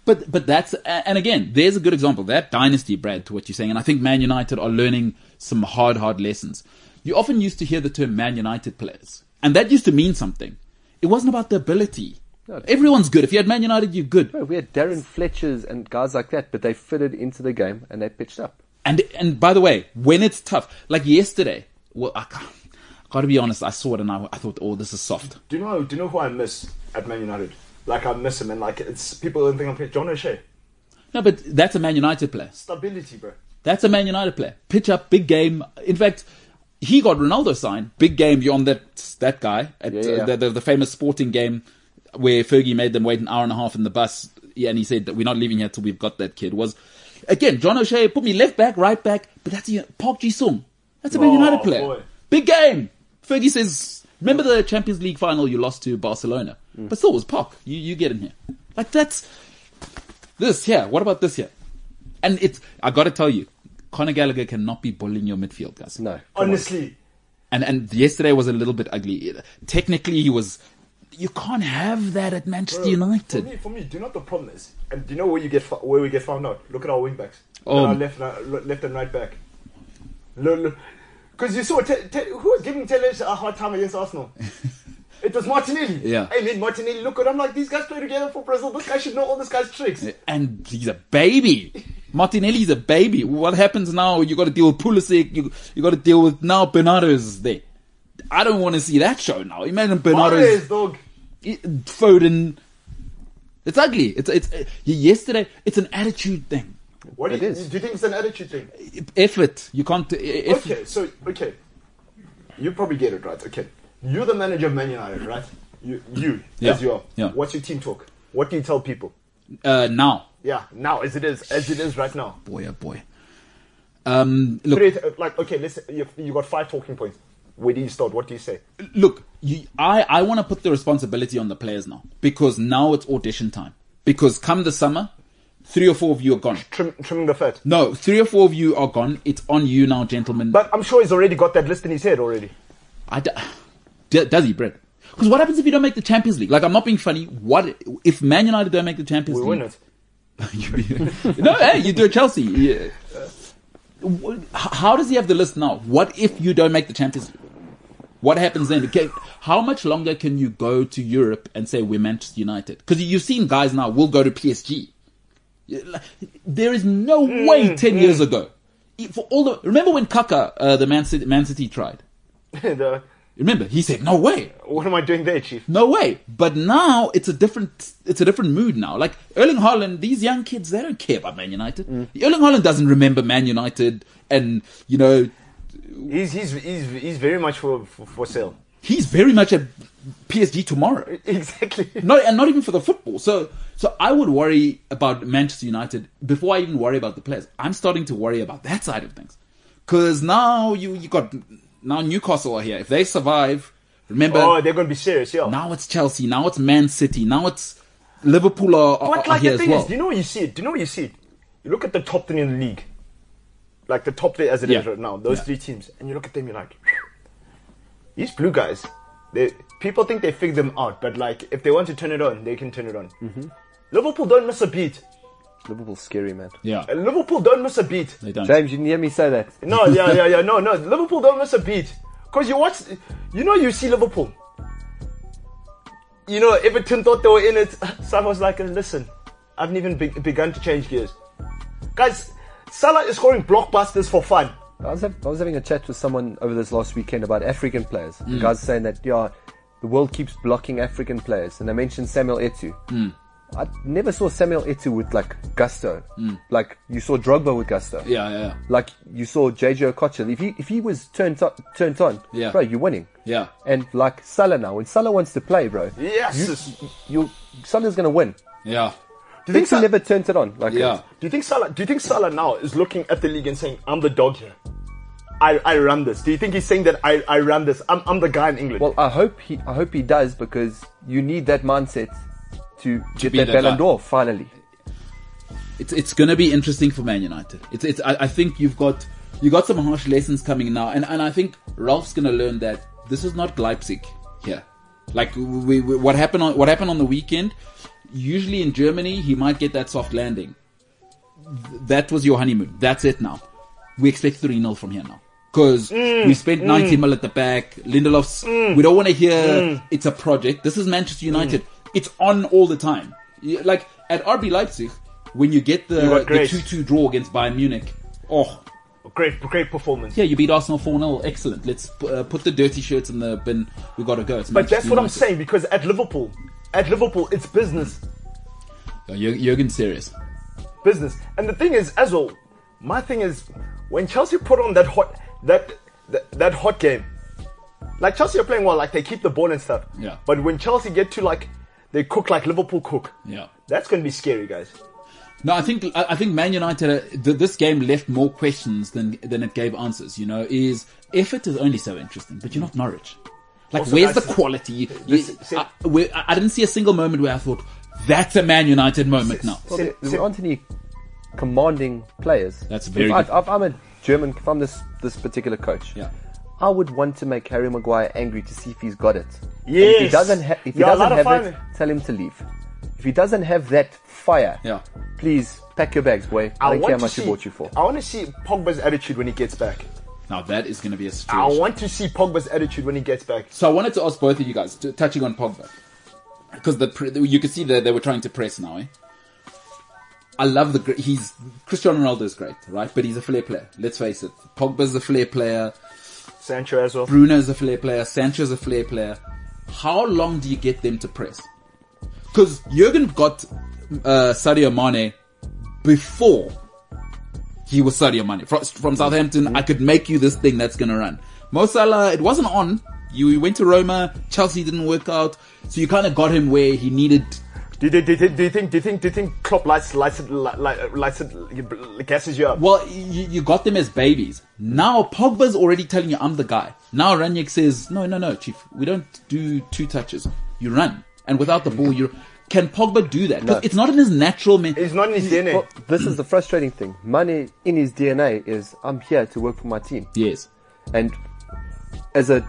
But but that's a- and again, there's a good example that dynasty, Brad, to what you're saying. And I think Man United are learning some hard hard lessons. You often used to hear the term Man United players, and that used to mean something. It wasn't about the ability. Everyone's good. If you had Man United, you're good. We had Darren Fletchers and guys like that, but they fitted into the game and they pitched up. And and by the way, when it's tough, like yesterday, well, I can't. I Gotta be honest, I saw it and I, I thought, oh, this is soft. Do you know? Do you know who I miss at Man United? Like I miss him, and like it's people don't think I'm John O'Shea. No, but that's a Man United player. Stability, bro. That's a Man United player. Pitch up, big game. In fact, he got Ronaldo signed. Big game. You're on that that guy at uh, Yeah, yeah, yeah. The, the the famous sporting game where Fergie made them wait an hour and a half in the bus, yeah, and he said that we're not leaving here till we've got that kid. Was again John O'Shea put me left back, right back, but that's a, Park Ji Sung. That's a Man Oh, United player. boy. Big game. Fergie says, "Remember the Champions League final you lost to Barcelona, but still it was Park. You you get in here. Like that's this here. What about this here? And it's I got to tell you, Conor Gallagher cannot be bullying your midfield, guys. No. come on. Honestly, And and yesterday was a little bit ugly. Technically, he was. You can't have that at Manchester United. Oh, For me, for me, do you know what the problem is? And do you know where you get fo- where we get found out? Look at our wing backs. Look Oh. at our left, right- left and right back. Because you saw te- Te- who was giving Telles a hard time <laughs> against Arsenal. it was Martinelli. Yeah. I mean Martinelli. Look at I'm like these guys play together for Brazil. This guy should know all this guy's tricks. and he's a baby. Martinelli's a baby. What happens now? You got to deal with Pulisic. You you got to deal with now Bernardo's there. I don't want to see that show now. Imagine Bernardo's Mahrez, dog. i- Foden. It's ugly. It's it's uh, yesterday. It's an attitude thing. What do It you, is. do you think it's an attitude thing? Effort. You can't. uh, If, Okay, so okay, you probably get it right. Okay, you're the manager of Man United, right? You, you Yeah, as you are. yeah. What's your team talk? What do you tell people? Uh, now, Yeah, now as it is, as it is right now. boy, oh boy. Um, look, Three, uh, like okay, let's say you, you got five talking points. Where do you start? What do you say? look, you, I, I want to put the responsibility on the players now because now it's audition time. Because come the summer, three or four of you are gone. Trim, trimming the fat. No, three or four of you are gone. It's on you now, gentlemen. But I'm sure he's already got that list in his head already. I d- d- does he, Brett? Because what happens if you don't make the Champions League? Like, I'm not being funny. What if Man United don't make the Champions We League? win <laughs> it. You- <laughs> no, hey, you do it, Chelsea. Yeah. Wh- How does he have the list now? What if you don't make the Champions League? What happens then? Okay, how much longer can you go to Europe and say we're Manchester United? Because you've seen guys now will go to PSG. Yeah, like, There is no way ten years ago. e- For all the remember when Kaka, uh, the Man City, Man City tried. And, uh, Remember he said no way, what am I doing there, chief? no way. But now it's a different, it's a different mood now. Like Erling Haaland, these young kids, they don't care about Man United. Mm. Erling Haaland doesn't remember Man United, and you know He's he's he's, he's very much for for, for sale. he's very much at PSG tomorrow. <laughs> Exactly. Not and not even for the football. So so I would worry about Manchester United before I even worry about the players. I'm starting to worry about that side of things because now you you got now Newcastle are here. If they survive, remember Oh, they're gonna be serious, yeah. now it's Chelsea, now it's Man City, now it's Liverpool are, are, But are like here the as thing well. is, do you know where you see it? Do you know where you see it? You look at the top ten in the league, like the top three as it is Yeah. right now. Those Yeah. three teams, and you look at them, you're like, these blue guys. They people think they figured them out, but like if they want to turn it on, they can turn it on. Mm-hmm. Liverpool don't miss a beat. Liverpool's scary, man. yeah, Uh, Liverpool don't miss a beat. they don't. James, you didn't hear me say that. No, yeah, yeah, yeah. No, no. Liverpool don't miss a beat. Because you watch, you know, you see Liverpool. You know, Everton thought they were in it. <laughs> Salah was like, listen, I haven't even be- begun to change gears. Guys, Salah is scoring blockbusters for fun. I was, hav- I was having a chat with someone over this last weekend about African players. Mm. The guy's saying that, yeah, the world keeps blocking African players. And I mentioned Samuel Etu. Mm. I never saw Samuel Etu with, like, gusto. Like, you saw Drogba with gusto. Mm. Yeah, yeah, yeah. Like, you saw JJ Okocha. If he, if he was turned, on, turned on, Yeah. bro, you're winning. Yeah. And, like, Salah now. When Salah wants to play, bro, Yes. you Salah's going to win. yeah, do, you think Vinci Sa- never turns it on. Like, yeah. do you think Salah? Do you think Salah now is looking at the league and saying, "I'm the dog here. I, I run this." Do you think he's saying that I, I run this? I'm, I'm the guy in England. Well, I hope he, I hope he does because you need that mindset to get be that that guy. Ballon d'Or finally. It's it's going to be interesting for Man United. It's it's. I, I think you've got you got some harsh lessons coming now, and and I think Ralph's going to learn that this is not Leipzig here. Like we, we, what happened on what happened on the weekend. Usually in Germany, he might get that soft landing. that was your honeymoon. That's it now. We expect 3 0 from here now. Because Mm, we spent 90 mil at the back. Lindelof's. We don't want to hear Mm. it's a project. This is Manchester United. It's on all the time. Y- Like at RB Leipzig, when you get the, got the grace. 2 2 draw against Bayern Munich, oh, great, great performance. yeah, you beat Arsenal 4 0. Excellent. Let's uh, put the dirty shirts in the bin. we got to go. It's But that's Manchester what I'm United. saying because at Liverpool, at Liverpool, it's business. Uh, Jur- Jurgen's serious. business. And the thing is, as well, my thing is, when Chelsea put on that hot that that, that hot game, like Chelsea are playing well, like they keep the ball and stuff. Yeah. But when Chelsea get to like they cook like Liverpool cook, Yeah. that's gonna be scary, guys. No, I think I I think Man United. Uh, th- this game left more questions than than it gave answers. You know, is effort is only so interesting, but you're not Norwich. Like, Also, where's I the see- quality? You- This- see- I, where, I I didn't see a single moment where I thought that's a Man United moment. No, Well, Sim- there, there sim- were Anthony commanding players. That's very If I, good. if I'm a German. If I'm this this particular coach, Yeah. I would want to make Harry Maguire angry to see if he's got it. Yes. And if he doesn't, ha- if he Yeah, a lot doesn't of have it, fun. tell him to leave. If he doesn't have that fire, Yeah. please pack your bags, boy. I, don't want care how to much he see- bought you for. I want to see Pogba's attitude when he gets back. Now that is going to be a I situation. want to see Pogba's attitude when he gets back. So I wanted to ask both of you guys, t- touching on Pogba, because the pre- you could see that they were trying to press now. Eh? I love the gr- he's Cristiano Ronaldo is great, right? But he's a flair player. Let's face it, Pogba's a flair player, Sancho as well. Bruno's a flair player, Sancho's a flair player. How long do you get them to press? Because Jurgen got uh, Sadio Mane before he was Sadio Mane from, from Southampton. I could make you this thing that's gonna run. Mo Salah, it wasn't on. You you went to Roma. Chelsea didn't work out, so you kind of got him where he needed. Do, do, do, do, do you think? Do you think? Do you think Klopp lights lights it, li- li- lights it, gasses you up? Well, you, you got them as babies. Now Pogba's already telling you, "I'm the guy." Now Ranić says, "No, no, no, chief. We don't do two touches. You run, and without the ball, you can Pogba do that? 'Cause No. it's not in his natural. Man- It's not in his DNA. Well, this is the frustrating thing. Money in his DNA is I'm here to work for my team. yes, And as a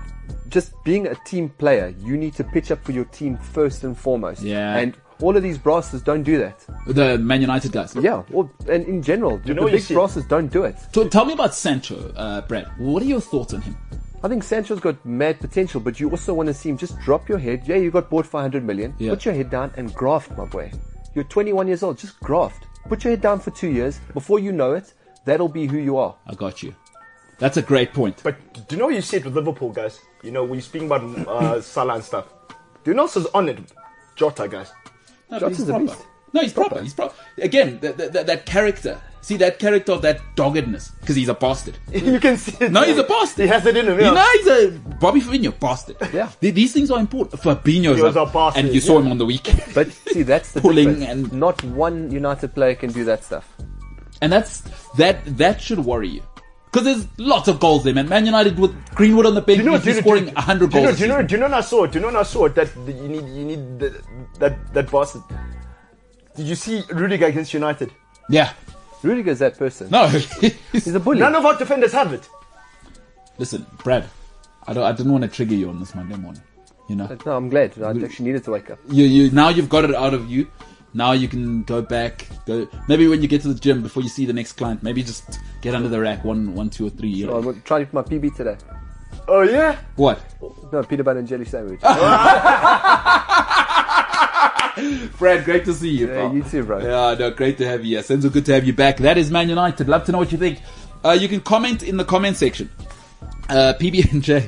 just being a team player, you need to pitch up for your team first and foremost. Yeah. And all of these brasses don't do that. the Man United guys. Yeah. Or, and in general, know the what you big see? brasses don't do it. T- tell me about Sancho, uh, Brad. What are your thoughts on him? I think Sancho's got mad potential, but you also want to see him just drop your head. Yeah, you got bought 500 million. Yeah. Put your head down and graft, my boy. You're 21 years old. Just graft. Put your head down for two years. Before you know it, that'll be who you are. I got you. That's a great point. But do you know what you said with Liverpool, guys? You know, we're speaking about <coughs> uh, Salah and stuff. Do you know who's on it? Jota, guys. No, but Johnson's he's a proper. beast. No, he's proper. He's proper. Again, that, that, that, that character. See that character of that doggedness because he's a bastard. <laughs> you can see it. No, he's a bastard. He has it in him, yeah. No, he's a Bobby Fabinho bastard. Yeah. Th- These things are important. Fabinho's was up, a bastard, and you saw him on the weekend. <laughs> But see, that's the Pulling difference. and- Not one United player can do that stuff. and that's that. That should worry you because there's lots of goals there, man. Man United with Greenwood on the bench, Do you know, he's do you know, scoring do you- hundred do goals. you know, this do you know, season. do you know, when I saw it, do you know, when I saw it, that you need, you need the, that, that bastard. Did you see Rudiger against United? Yeah. Rudiger's that person. No. <laughs> He's a bully. None of our defenders have it. Listen, Brad. I don't. I didn't want to trigger you on this Monday morning. You know. No, I'm glad. I actually needed to wake up. you, you now you've got it out of you. Now you can go back. Go maybe when you get to the gym before you see the next client. Maybe just get under the rack one, one, two, or three. You know. I'm trying for my PB today. Oh, yeah? What? No, peanut butter and jelly sandwich. Ah! Brad, great to see you. Yeah, pal. you too, bro. Yeah, no, great to have you. Yeah, Senzo, good to have you back. That is Man United. Love to know what you think. Uh, you can comment in the comment section. Uh, PB <laughs> and J,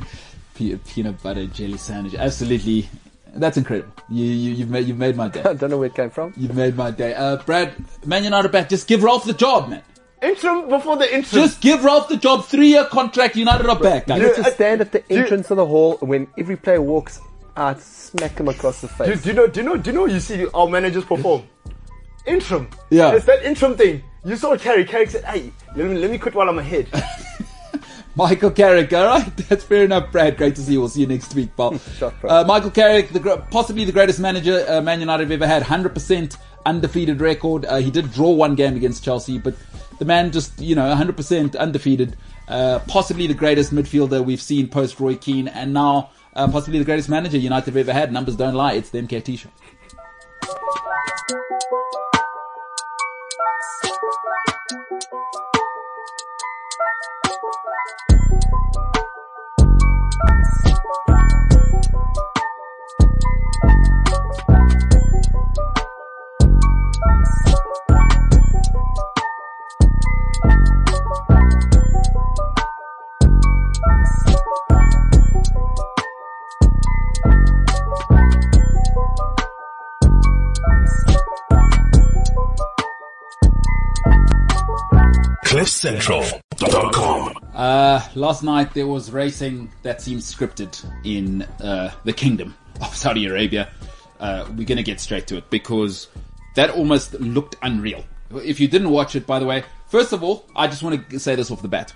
Pe- peanut butter and jelly sandwich. Absolutely, that's incredible. You, you, you've made, you've made my day. <laughs> I <laughs> don't know where it came from. You've made my day. Uh, Brad, Man United back. Just give Ralph the job, man. Interim before the interim. Just give Ralph the job. Three year contract. United are back, guys. You need to I- stand at the you- entrance of the hall when every player walks out, smack him across the Do, face. do you know? Do you know? Do you know? You see our managers perform interim. Yeah. it's that interim thing. You saw Carrick. Carrick said, "Hey, let me let me quit while I'm ahead." Michael Carrick, all right, <laughs> that's fair enough, Brad. Great to see you. We'll see you next week, Paul. Shot, Brad. uh, Michael Carrick, the, gr- possibly the greatest manager uh, Man United have ever had, hundred percent undefeated record. Uh, he did draw one game against Chelsea, but the man just you know hundred percent undefeated. Uh, possibly the greatest midfielder we've seen post Roy Keane, and now uh, possibly the greatest manager United have ever had. Numbers don't lie. It's the MKT show. CliffCentral.com. Uh, last night there was racing that seemed scripted in uh, the kingdom of <laughs> Saudi Arabia. Uh, we're going to get straight to it because that almost looked unreal. If you didn't watch it, by the way, first of all, I just want to say this off the bat.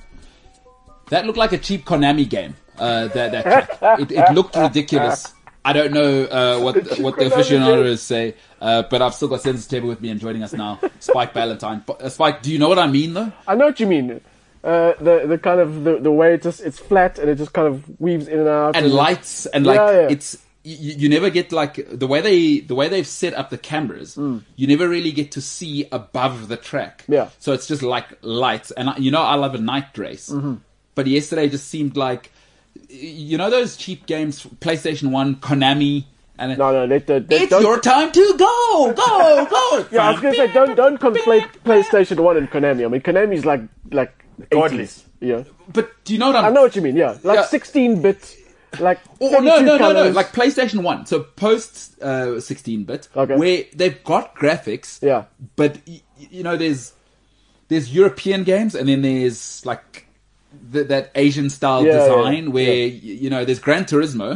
That looked like a cheap Konami game. Uh, that <laughs> that track. It, it looked ridiculous. I don't know uh, what what the Konami aficionados game. say, uh, but I've still got Sensor's Table with me and joining us now, Spike Ballantyne. But, uh, Spike, do you know what I mean though? I know what you mean. Uh, the the kind of the, the way it just it's flat and it just kind of weaves in and out. and lights and like Mm-hmm. Yeah, yeah. it's you, you never get like the way they the way they've set up the cameras you never really get to see above the track Mm. Yeah. so it's just like lights and I, you know i love a night race Mm-hmm. but yesterday just seemed like you know those cheap games playstation 1 konami and No, no, they, they, they it's don't. your time to go go go <laughs> yeah, I was gonna say don't don't conflate PlayStation One and Konami. I mean, Konami's like like 80s. Godless. Yeah, but do you know what i'm I know what you mean. Yeah, Yeah. like sixteen bit, like Oh no no no 32 no! colours. Like PlayStation One, so post uh, sixteen bit, Okay. where they've got graphics, Yeah. But y- y- you know, there's there's European games, and then there's like th- that Asian style Yeah, yeah, design yeah. Mm-hmm. where y you know there's Gran Turismo,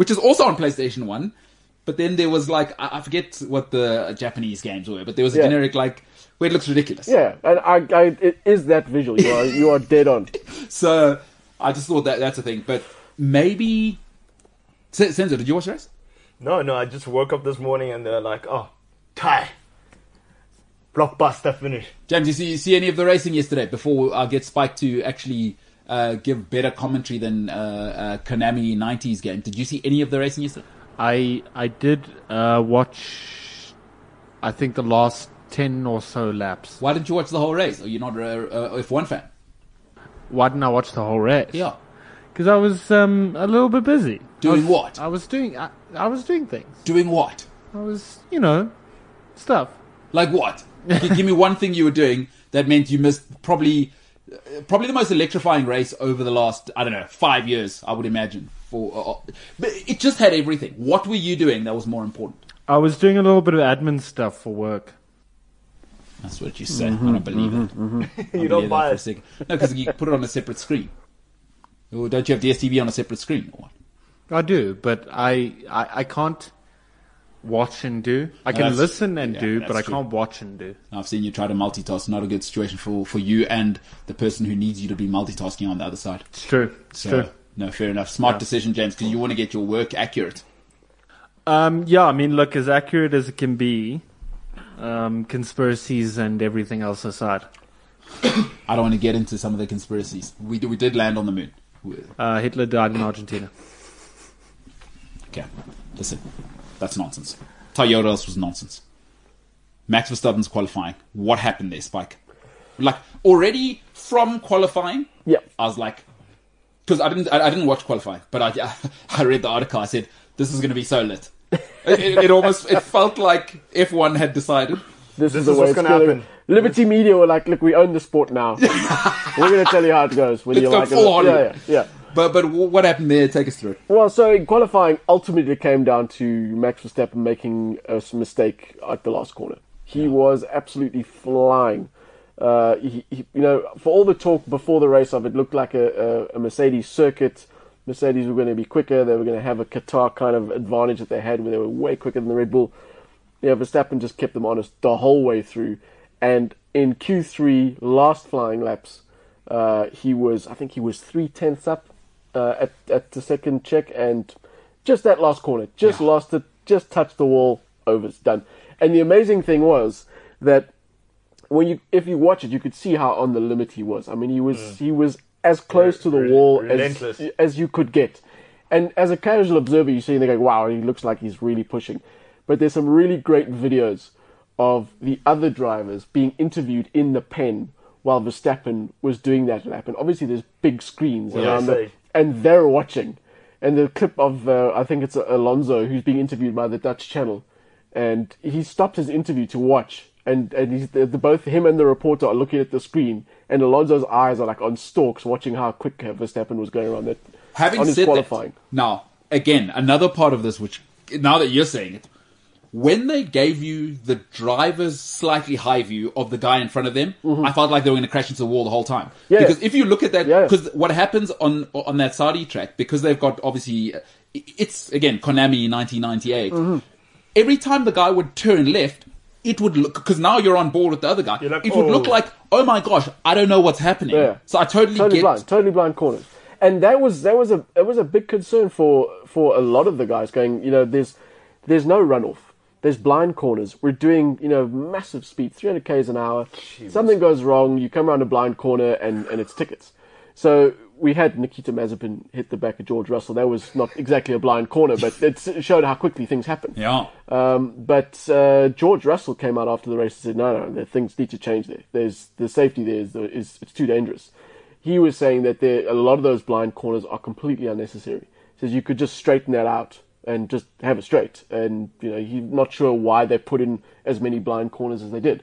which is also on PlayStation One. But then there was like I, I forget what the Japanese games were, but there was a Yeah. generic like where it looks ridiculous. yeah, and I, I it is that visual. You are you are dead on. So I just thought that that's a thing, but maybe. Sen- Senzo, did you watch the race? No, no, I just woke up this morning and they're like, oh, tie. Blockbuster finish. James, you see, you see any of the racing yesterday before I get Spike to actually uh, give better commentary than uh, uh, Konami 90s game? Did you see any of the racing yesterday? I I did uh, watch. I think the last ten or so laps. Why didn't you watch the whole race? Are you not a, a F1 fan? Why didn't I watch the whole race? Yeah. because I was um, a little bit busy. Doing I was, what? I was doing. I, I was doing things. Doing what? I was, you know, stuff. Like what? G- give me one thing you were doing that meant you missed probably uh, probably the most electrifying race over the last I don't know five years I would imagine. For uh, but it just had everything. What were you doing that was more important? I was doing a little bit of admin stuff for work. That's what you say. I don't believe it. Mm-hmm, You don't Yeah, that buy it. for a second. No, because you put it on a separate screen. Or don't you have DSTV on a separate screen Oh, or what? I do, but I I, I can't watch and do. I can that's- listen and yeah, do, but that's I true. can't watch and do. I've seen you try to multitask. Not a good situation for, for you and the person who needs you to be multitasking on the other side. It's true. It's So, true. no, fair enough. Smart decision, James, because you want to get your work accurate. Um, yeah, I mean, look, as accurate as it can be, um, conspiracies and everything else aside, I don't want to get into some of the conspiracies. We, do- we did land on the moon. We- uh, Hitler died in Argentina. Okay, listen, that's nonsense. Tell you what else was nonsense. Max Verstappen's qualifying. What happened there, Spike? Like already from qualifying, Yeah. I was like, because I didn't, I, I didn't watch qualifying, but I, <laughs> I read the article. I said this is going to be so lit. It, it, it almost, it felt like F one had decided. This, is, is the way what's it's gonna going to happen. happen. Liberty Media were like, look, we own the sport now. we're going to tell you how it goes. Whether Let's you go like it full or on. not. Yeah, yeah, yeah. But but wh- what happened there? Take us through it. Well, so in qualifying, ultimately it came down to Max Verstappen making a s- mistake at the last corner. He was absolutely flying. Uh, he, he, you know, for all the talk before the race of it looked like a, a, a Mercedes circuit. Mercedes were going to be quicker. They were going to have a Qatar kind of advantage that they had, where they were way quicker than the Red Bull. Yeah, Verstappen just kept them honest the whole way through. And in Q3, last flying laps, uh, he was, I think he was three tenths up uh, at, at the second check. And just that last corner, just lost it, just touched the wall, over, it's done. And the amazing thing was that when you, if you watch it, you could see how on the limit he was. I mean, he was, he was as close to the wall Mm. relentless. as, as you could get. And as a casual observer, you see and they go, wow, he looks like he's really pushing. But there's some really great videos of the other drivers being interviewed in the pen while Verstappen was doing that lap. And obviously, there's big screens I around the, say. and they're watching. And the clip of, uh, I think it's Alonso, who's being interviewed by the Dutch channel. And he stops his interview to watch. And, and he's, the, the, both him and the reporter are looking at the screen. And Alonso's eyes are like on stalks, watching how quick Verstappen was going around that. Having on his said qualifying. that, now again another part of this, which now that you're saying it, when they gave you the driver's slightly high view of the guy in front of them, I felt like they were going to crash into the wall the whole time. Mm-hmm. Yeah. Because if you look at that, Yeah. because what happens on on that Saudi track, because they've got obviously, uh, it's again Konami 1998. Mm-hmm. Every time the guy would turn left. It would look because now you're on board with the other guy. like, it would look "Oh." like, oh my gosh, I don't know what's happening. Yeah. So I totally, totally get blind, totally blind corners. And that was that was a that was a big concern for for a lot of the guys going. You know, there's there's no runoff. There's blind corners. We're doing, you know, massive speed, 300 k's an hour. Something goes wrong. You come around a blind corner and, and it's tickets. So we had Nikita Mazepin hit the back of George Russell. That was not exactly a blind corner, but it s- showed how quickly things happen. Yeah. Um, but uh, George Russell came out after the race and said, "No, no, the things need to change. There, there's the safety. There is, the, is it's too dangerous." He was saying that there, a lot of those blind corners are completely unnecessary. He says you could just straighten that out and just have it straight. And you know, he's not sure why they put in as many blind corners as they did.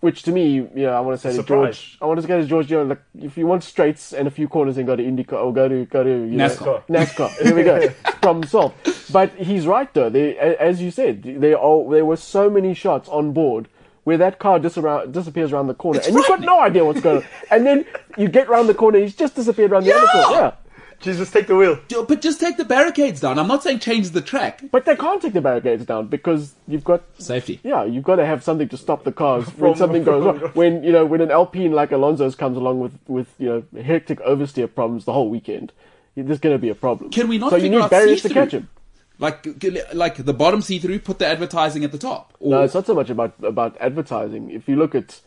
Which to me, you know, I want to say to Surprise. George, I want to go to George. You know, like, if you want straights and a few corners, then go to IndyCar or go to go to you know, NASCAR. NASCAR. There <laughs> we go. Problem solved. But he's right though. They, a- as you said, they all, there were so many shots on board where that car disarou- disappears around the corner, and you've got no idea what's going on. And then you get round the corner, he's just disappeared around the other Yeah. corner. Yeah. Jesus, take the wheel. Ju- But just take the barricades down. I'm not saying change the track. But they can't take the barricades down because you've got Safety. yeah, you've got to have something to stop the cars when something goes wrong. When you know when an Alpine like Alonso's comes along with with you know hectic oversteer problems the whole weekend, there's going to be a problem. Can we not So you figure need out barriers to see-through? catch him. Like, g- like the bottom see through, put the advertising at the top. Or, No, it's not so much about about advertising. If you look at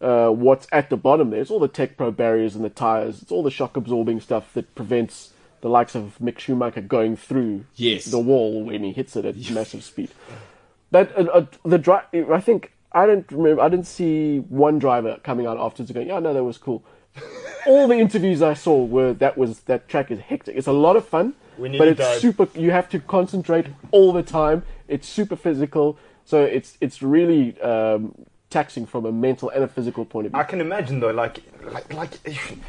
uh, what's at the bottom there, it's all the Tech Pro barriers and the tires. It's all the shock absorbing stuff that prevents the likes of Mick Schumacher going through Yes. the wall when he hits it at massive speed. But uh, uh, the drive, I think I don't remember. I didn't see one driver coming out afterwards and going, "Yeah, no, that was cool." all the interviews I saw were that was that track is hectic. It's a lot of fun, We need but to it's dive. super. You have to concentrate all the time. It's super physical, so it's it's really um, taxing from a mental and a physical point of view. I can imagine though, like, like, like, <laughs>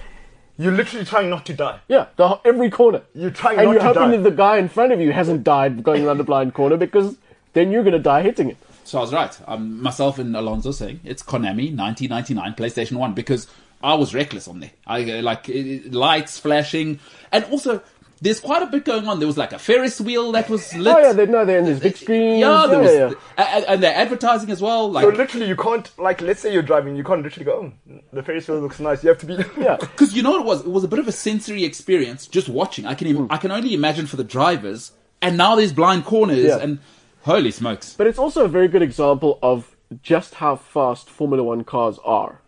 you're literally trying not to die. yeah, the, ho- every corner. You're trying and not you're to hoping die. that the guy in front of you hasn't died going around the blind corner because then you're going to die hitting Oh, it. So I was right. Um, myself and Alonso saying it's Konami 1999 PlayStation One because I was reckless on there. I uh, like uh, lights flashing, and also there's quite a bit going on. There was like a Ferris wheel that was lit. Oh yeah, they, no, they're in these big screens. yeah, there yeah, was, yeah. a- a- and they're advertising as well. So Like literally, you can't like. Let's say you're driving, you can't literally go. Oh, the Ferris wheel looks nice. You have to be. <laughs> Yeah. Because you know what it was? It was a bit of a sensory experience just watching. I can even, Hmm. I can only imagine for the drivers. And now there's blind corners Yeah. and holy smokes. But it's also a very good example of just how fast Formula One cars are.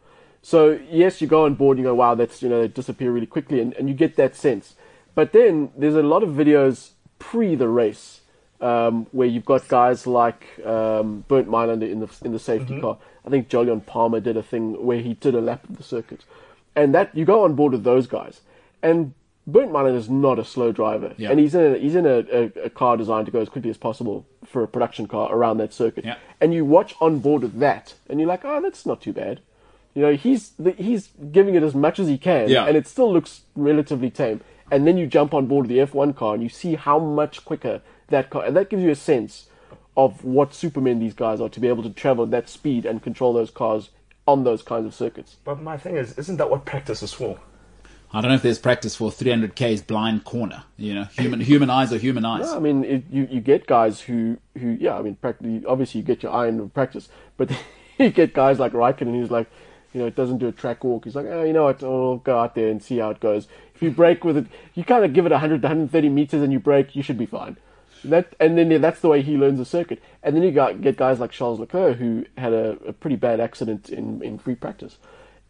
So yes, you go on board and you go, wow, that's you know they disappear really quickly, and, and you get that sense. But then there's a lot of videos pre the race um, where you've got guys like um, Bert Mylander in the in the safety car. I think Jolyon Palmer did a thing where he did a lap of the circuit, and that you go on board with those guys. And Bert Mylander is not a slow driver, Yeah. and he's in a, he's in a, a, a car designed to go as quickly as possible for a production car around that circuit. Yeah. And you watch on board with that, and you're like, oh, that's not too bad. You know, he's the, he's giving it as much as he can, Yeah. and it still looks relatively tame. And then you jump on board the F1 car, and you see how much quicker that car, and that gives you a sense of what supermen these guys are to be able to travel at that speed and control those cars on those kinds of circuits. But my thing is, isn't that what practice is for? I don't know if there's practice for 300k's blind corner. You know, human human eyes are human eyes. Yeah, I mean, it, you you get guys who who yeah, I mean, practically obviously you get your iron in practice, but <laughs> you get guys like Raikkonen who's like, you know, it doesn't do a track walk. He's like, oh, you know what, I'll go out there and see how it goes. If you break with it, you kind of give it 100, 130 meters, and you break, you should be fine. That and then yeah, that's the way he learns the circuit. And then you got, get guys like Charles Leclerc who had a, a pretty bad accident in in free practice.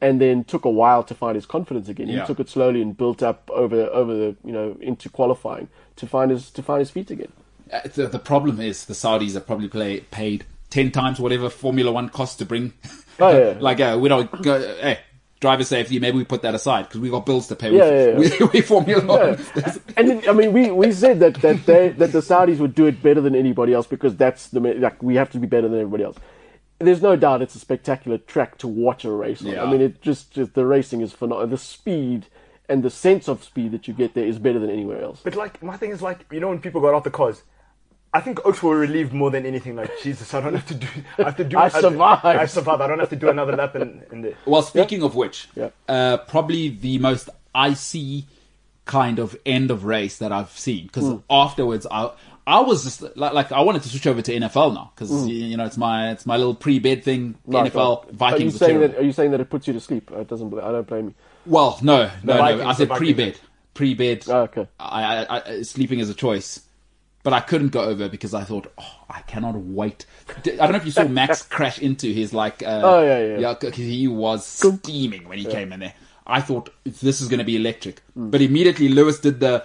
And then took a while to find his confidence again. Yeah. He took it slowly and built up over over the you know into qualifying to find his to find his feet again. <laughs> Uh, the, the problem is the Saudis are probably play, paid ten times whatever Formula One costs to bring. Oh, yeah. <laughs> like uh, we don't go. Hey, driver safety. Maybe we put that aside because we got bills to pay. We- Yeah, yeah, yeah. <laughs> We, we Formula Yeah. One. <laughs> and then, I mean, we, we said that that they that the Saudis would do it better than anybody else because that's the ma- like we have to be better than everybody else. There's no doubt it's a spectacular track to watch a race on. Yeah. I mean, it just, just the racing is phenomenal. The speed and the sense of speed that you get there is better than anywhere else. But like, my thing is like, you know, when people got out the cars, I think Oaks were relieved more than anything. Like, Jesus, I don't have to do. I have to do. <laughs> I have to- survived. I survived. I don't have to do another lap in, in there. Well, speaking of which, Yeah. uh, probably the most icy kind of end of race that I've seen because Hmm. afterwards I I was just like, like I wanted to switch over to NFL now because Hmm. you, know it's my it's my little pre bed thing. NFL Are Oh, you Vikings. were saying terrible. that? Are you saying that it puts you to sleep? Oh, It doesn't. bl- I don't blame you. Well, no, no, no. Vikings, I said the pre Vikings. bed, pre bed. Oh, okay. I, I, I, sleeping is a choice. But I couldn't go over because I thought, oh, I cannot wait. D- I don't know if you <laughs> saw Max crash into his like. Uh, Oh, yeah, yeah. because he was steaming when he came in there. I thought this is going to be electric, Hmm. but immediately Lewis did the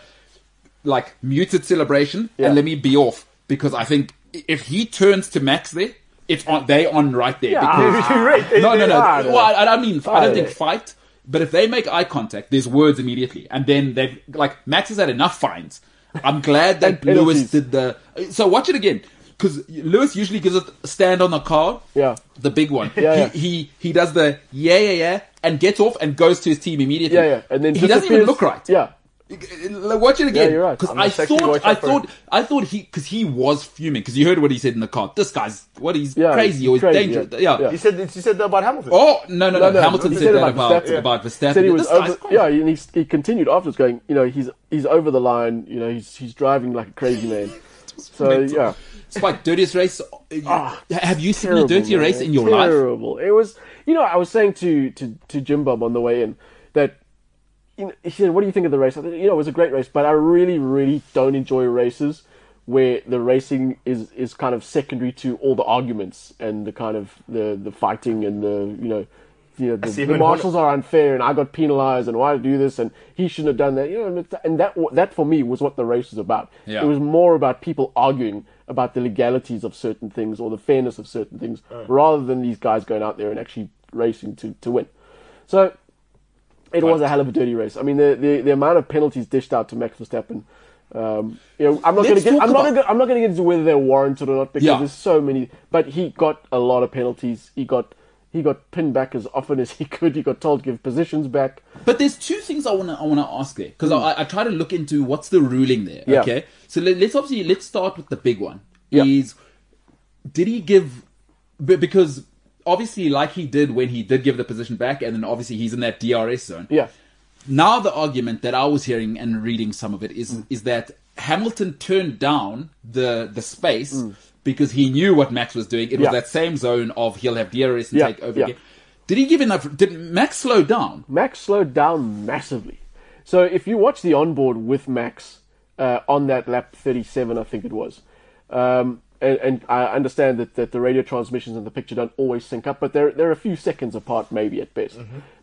like muted celebration Yeah. and let me be off because I think if he turns to Max there, it's on they on right there because <laughs> You're right. They- no, no, they no. Ah, are. Well, I, I don't mean I don't think Fight. fight, but if they make eye contact, there's words immediately, and then they've like Max has had enough fines. I'm glad that <laughs> And Lewis penalties. did the. So watch it again because Lewis usually gives a stand on the card. Yeah. the big one. yeah. He, he he does the yeah yeah yeah and gets off and goes to his team immediately. Yeah, yeah. And then he doesn't even disappears. look right. Yeah. Like, Watch it again. you're right. Because I I must actually thought, watch I that thought, I thought he, because he was fuming. Because you heard what he said in the car. This guy's what he's Yeah, crazy he's or he's crazy, dangerous. yeah. Yeah. Yeah. You said you said that about Hamilton. Oh no no no! no, Hamilton he said, that about Verstappen. about Verstappen. Said he was this guy's over, crazy. yeah, and he, he continued afterwards, going, you know, he's he's over the line. You know, he's he's driving like a <laughs> crazy man. so mental. yeah, Spike, dirtiest race. uh, have you seen a Ah, terrible, dirtier man. race in your life? terrible. It was, you know, I was saying to to to Jim Bob on the way in that. You know, he said, "What do you think of the race?" I said, "You know, it was a great race, but I really, really don't enjoy races where the racing is is kind of secondary to all the arguments and the kind of the the fighting and the you know." You know, the, see the when- marshals are unfair, and I got penalized, and why did I do this, and he shouldn't have done that. You know, and, it's, and that that for me was what the race was about. Yeah. It was more about people arguing about the legalities of certain things or the fairness of certain things rather than these guys going out there and actually racing to, to win. So it was a hell of a dirty race. I mean, the, the, the amount of penalties dished out to Max Verstappen. Um, you know, I'm not going Let's to get. talk I'm about- not. Gonna, I'm not going to get into whether they're warranted or not because Yeah. there's so many. But he got a lot of penalties. He got he got pinned back as often as he could. He got told to give positions back. But there's two things I want to I want to ask there because I, I try to look into what's the ruling there. Hmm. Yeah. Okay, so let, us obviously let's start with the big one. Yeah. Is did he give be- because obviously like he did when he did give the position back and then obviously he's in that DRS zone. Yeah, now the argument that I was hearing and reading some of it is Mm. is that Hamilton turned down the the space because he knew what Max was doing. It was Mm. Yeah. that same zone of he'll have DRS and Yeah, take over yeah. again. Did he give enough? Did Max slow down? Max slowed down massively. So if you watch the onboard with Max uh, on that lap 37, I think it was, um, and, and I understand that, that the radio transmissions and the picture don't always sync up, but they're, they're a few seconds apart, maybe at best.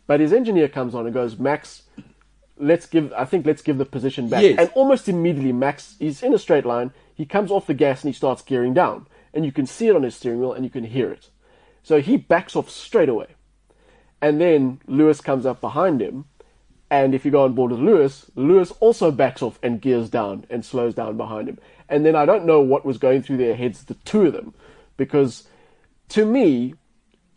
But his engineer comes on and goes, Max, let's give, I think let's give the position back. Yes. And almost immediately, Max, he's in a straight line, he comes off the gas and he starts gearing down. And you can see it on his steering wheel and you can hear it. So he backs off straight away. And then Lewis comes up behind him. And if you go on board with Lewis, Lewis also backs off and gears down and slows down behind him. And then I don't know what was going through their heads, the two of them, because to me,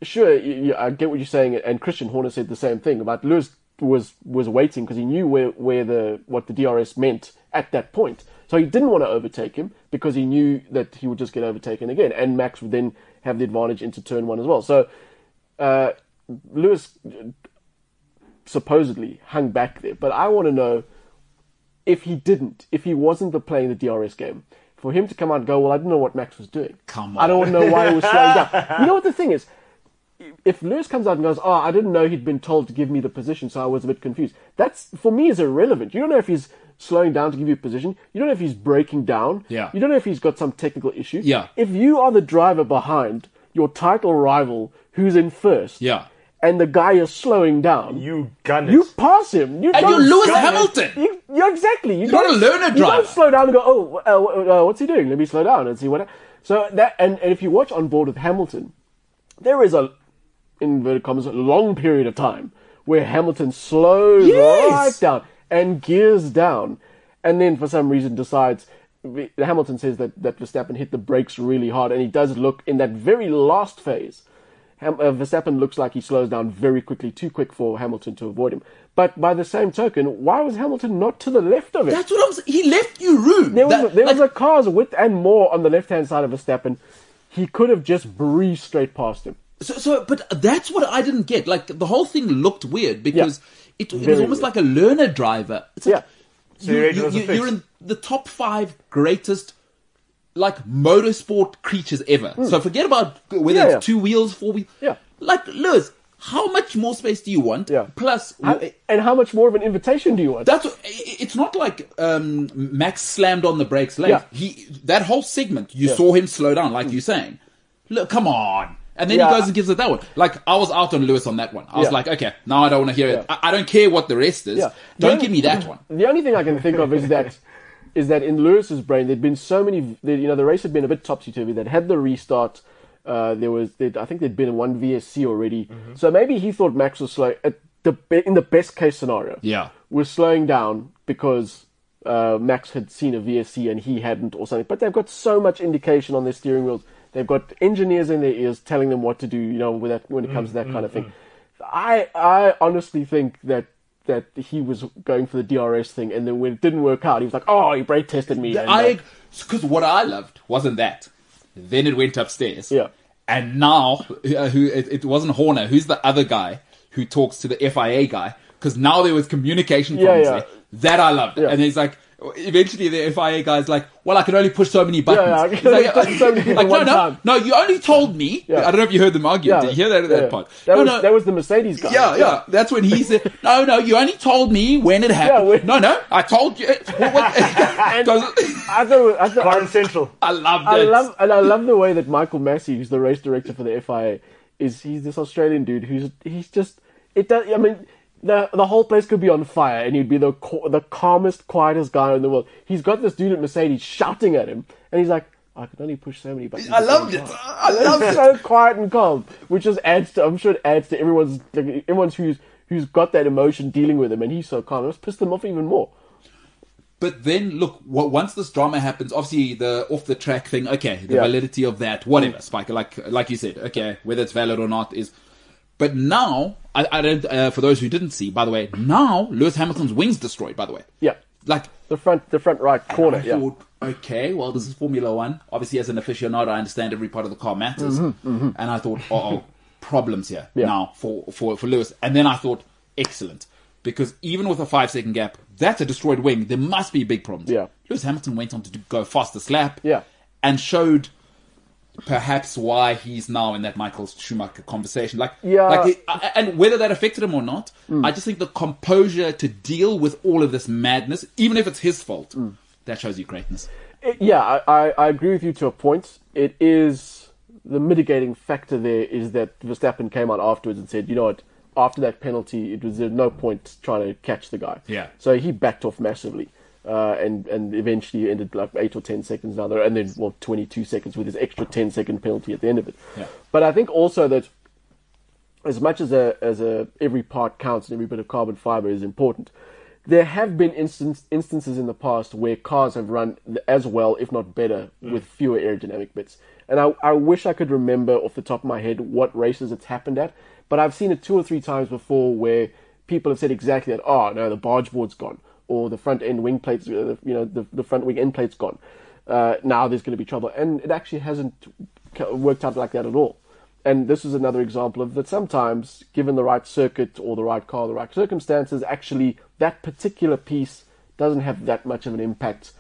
sure, you, you, I get what you're saying, and Christian Horner said the same thing about Lewis was was waiting because he knew where, where the what the DRS meant at that point, so he didn't want to overtake him because he knew that he would just get overtaken again, and Max would then have the advantage into turn one as well. So uh, Lewis uh, supposedly hung back there, but I want to know if he didn't, if he wasn't the playing the DRS game, for him to come out and go, well, I didn't know what Max was doing. Come I don't know why he was <laughs> slowing down. You know what the thing is? If Lewis comes out and goes, oh, I didn't know he'd been told to give me the position, so I was a bit confused. That's for me is irrelevant. You don't know if he's slowing down to give you a position. You don't know if he's breaking down. Yeah. You don't know if he's got some technical issue. Yeah. If you are the driver behind your title rival who's in first. Yeah. And the guy is slowing down. You gun it. You pass him. You And don't you're Lewis gun him. Hamilton. You, you're exactly. You not don't- a learner You driver. don't slow down and go, oh, uh, w- uh, what's he doing? Let me slow down and see what. So that and, and if you watch on board with Hamilton, there is a inverted commas a long period of time where Hamilton slows Yes. right down and gears down, and then for some reason decides. Hamilton says that, that Verstappen hit the brakes really hard, and he does look in that very last phase. Ham, uh, Verstappen looks like he slows down very quickly, too quick for Hamilton to avoid him. But by the same token, why was Hamilton not to the left of him? That's what I'm. s- He left you room. there was, That- there like, was a car's width and more on the left hand side of Verstappen. He could have just breezed straight past him. So, so, but that's what I didn't get. Like the whole thing looked weird because it, it was Very almost like weird. a learner driver. It's like, So your you, age you, was a you, fix. you're in the top five greatest like motorsport creatures ever. So forget about whether Hmm. Yeah, it's yeah. two wheels, four wheels. Yeah. Like Lewis, How much more space do you want? Yeah. Plus, How- and how much more of an invitation do you want? that's what- it's not like um, Max slammed on the brakes late. Yeah. Hmm. He that whole segment you saw him slow down, like you're saying. Look, come on. And then Yeah. he goes and gives it that one. Like I was out on Lewis on that one. I was Yeah. like, okay, now I don't want to hear it. Yeah. I, I don't care what the rest is. Yeah. Don't The give me <clears throat> that one. The only thing I can think of is <laughs> that is that in Lewis's brain there'd been so many the, you know the race had been a bit topsy turvy. They'd had the restart. Uh, there was there'd, I think there'd been one VSC already. Mm-hmm. So maybe he thought Max was slow at the be- in the best case scenario. Yeah. was slowing down because. Uh, Max had seen a VSC and he hadn't, or something. But they've got so much indication on their steering wheels. They've got engineers in their ears telling them what to do. You know, with that, when it comes to that kind of thing. I I honestly think that that he was going for the DRS thing, and then when it didn't work out, he was like, "Oh, he brake tested me." and, uh, I because what I loved wasn't that. Then it went upstairs. Yeah. And now, uh, who it, it wasn't Horner? Who's the other guy who talks to the FIA guy? Because now there was communication Yeah, problems yeah. there. That I loved. Yeah. And he's like, eventually the FIA guy's like, well, I can only push so many buttons. yeah, I can He's only touch so many people <laughs> like, no, one no, time." no, you only told me. Yeah. I don't know if you heard them argue. uh, yeah, Did you hear that at that yeah. part? That no, was no, that was the Mercedes guy. yeah, yeah. That's when he said, "No, no, you only told me when it happened." when- No, no, I told you. What- what- <laughs> Does- I thought, it was- I thought Garden Central. I loved I it. love and I love the way that Michael Massey, who's the race director for the FIA, is he's this Australian dude who's he's just it does. I mean, the the whole place could be on fire, and he'd be the co- the calmest, quietest guy in the world. He's got this dude at Mercedes shouting at him, and he's like, "I can only push so many buttons." I at loved one it. time." I loved It's it. so quiet and calm, which just adds to. I'm sure it adds to everyone's like, everyone's who's who's got that emotion dealing with him, and he's so calm. It must piss them off even more. But then, look, wa- once this drama happens, obviously the off the track thing, okay, the Yeah. validity of that, whatever, Spike, like like you said, okay, whether it's valid or not is. But now, I, I don't. Uh, for those who didn't see, by the way, now Lewis Hamilton's wings destroyed. By the way, Yeah, like the front the front right corner. I Yeah. thought, okay, well, this is Formula One. Obviously, as an aficionado, I understand every part of the car matters. And I thought, oh, problems here Mm-hmm, Yeah. now for, for, for Lewis. And then I thought, excellent. Because even with a five second gap, that's a destroyed wing. There must be big problems. Yeah. Lewis Hamilton went on to do- go fastest lap Yeah. and showed perhaps why he's now in that Michael Schumacher conversation. Like, Yeah. Mm. like the- I- and whether that affected him or not, I just think the composure to deal with all of this madness, even if it's his fault, Mm. that shows you greatness. It- yeah, I, I, I agree with you to a point. It is the mitigating factor there is that Verstappen came out afterwards and said, you know what, after that penalty, it was there's no point trying to catch the guy. Yeah. So he backed off massively. Uh, and, and eventually ended like eight or ten seconds now, and then well, 22 seconds with his extra 10 second penalty at the end of it. Yeah. But I think also that as much as a as a every part counts and every bit of carbon fiber is important, there have been instance, instances in the past where cars have run as well, if not better, with fewer aerodynamic bits. And I, I wish I could remember off the top of my head what races it's happened at, but I've seen it two or three times before where people have said exactly that. Oh no, the barge board's gone, or the front end wing plates, uh, the- you know, the, the front wing end plate's gone. Uh, now there's going to be trouble, and it actually hasn't ca- worked out like that at all. And this is another example of that sometimes, given the right circuit or the right car, the right circumstances, actually that particular piece doesn't have that much of an impact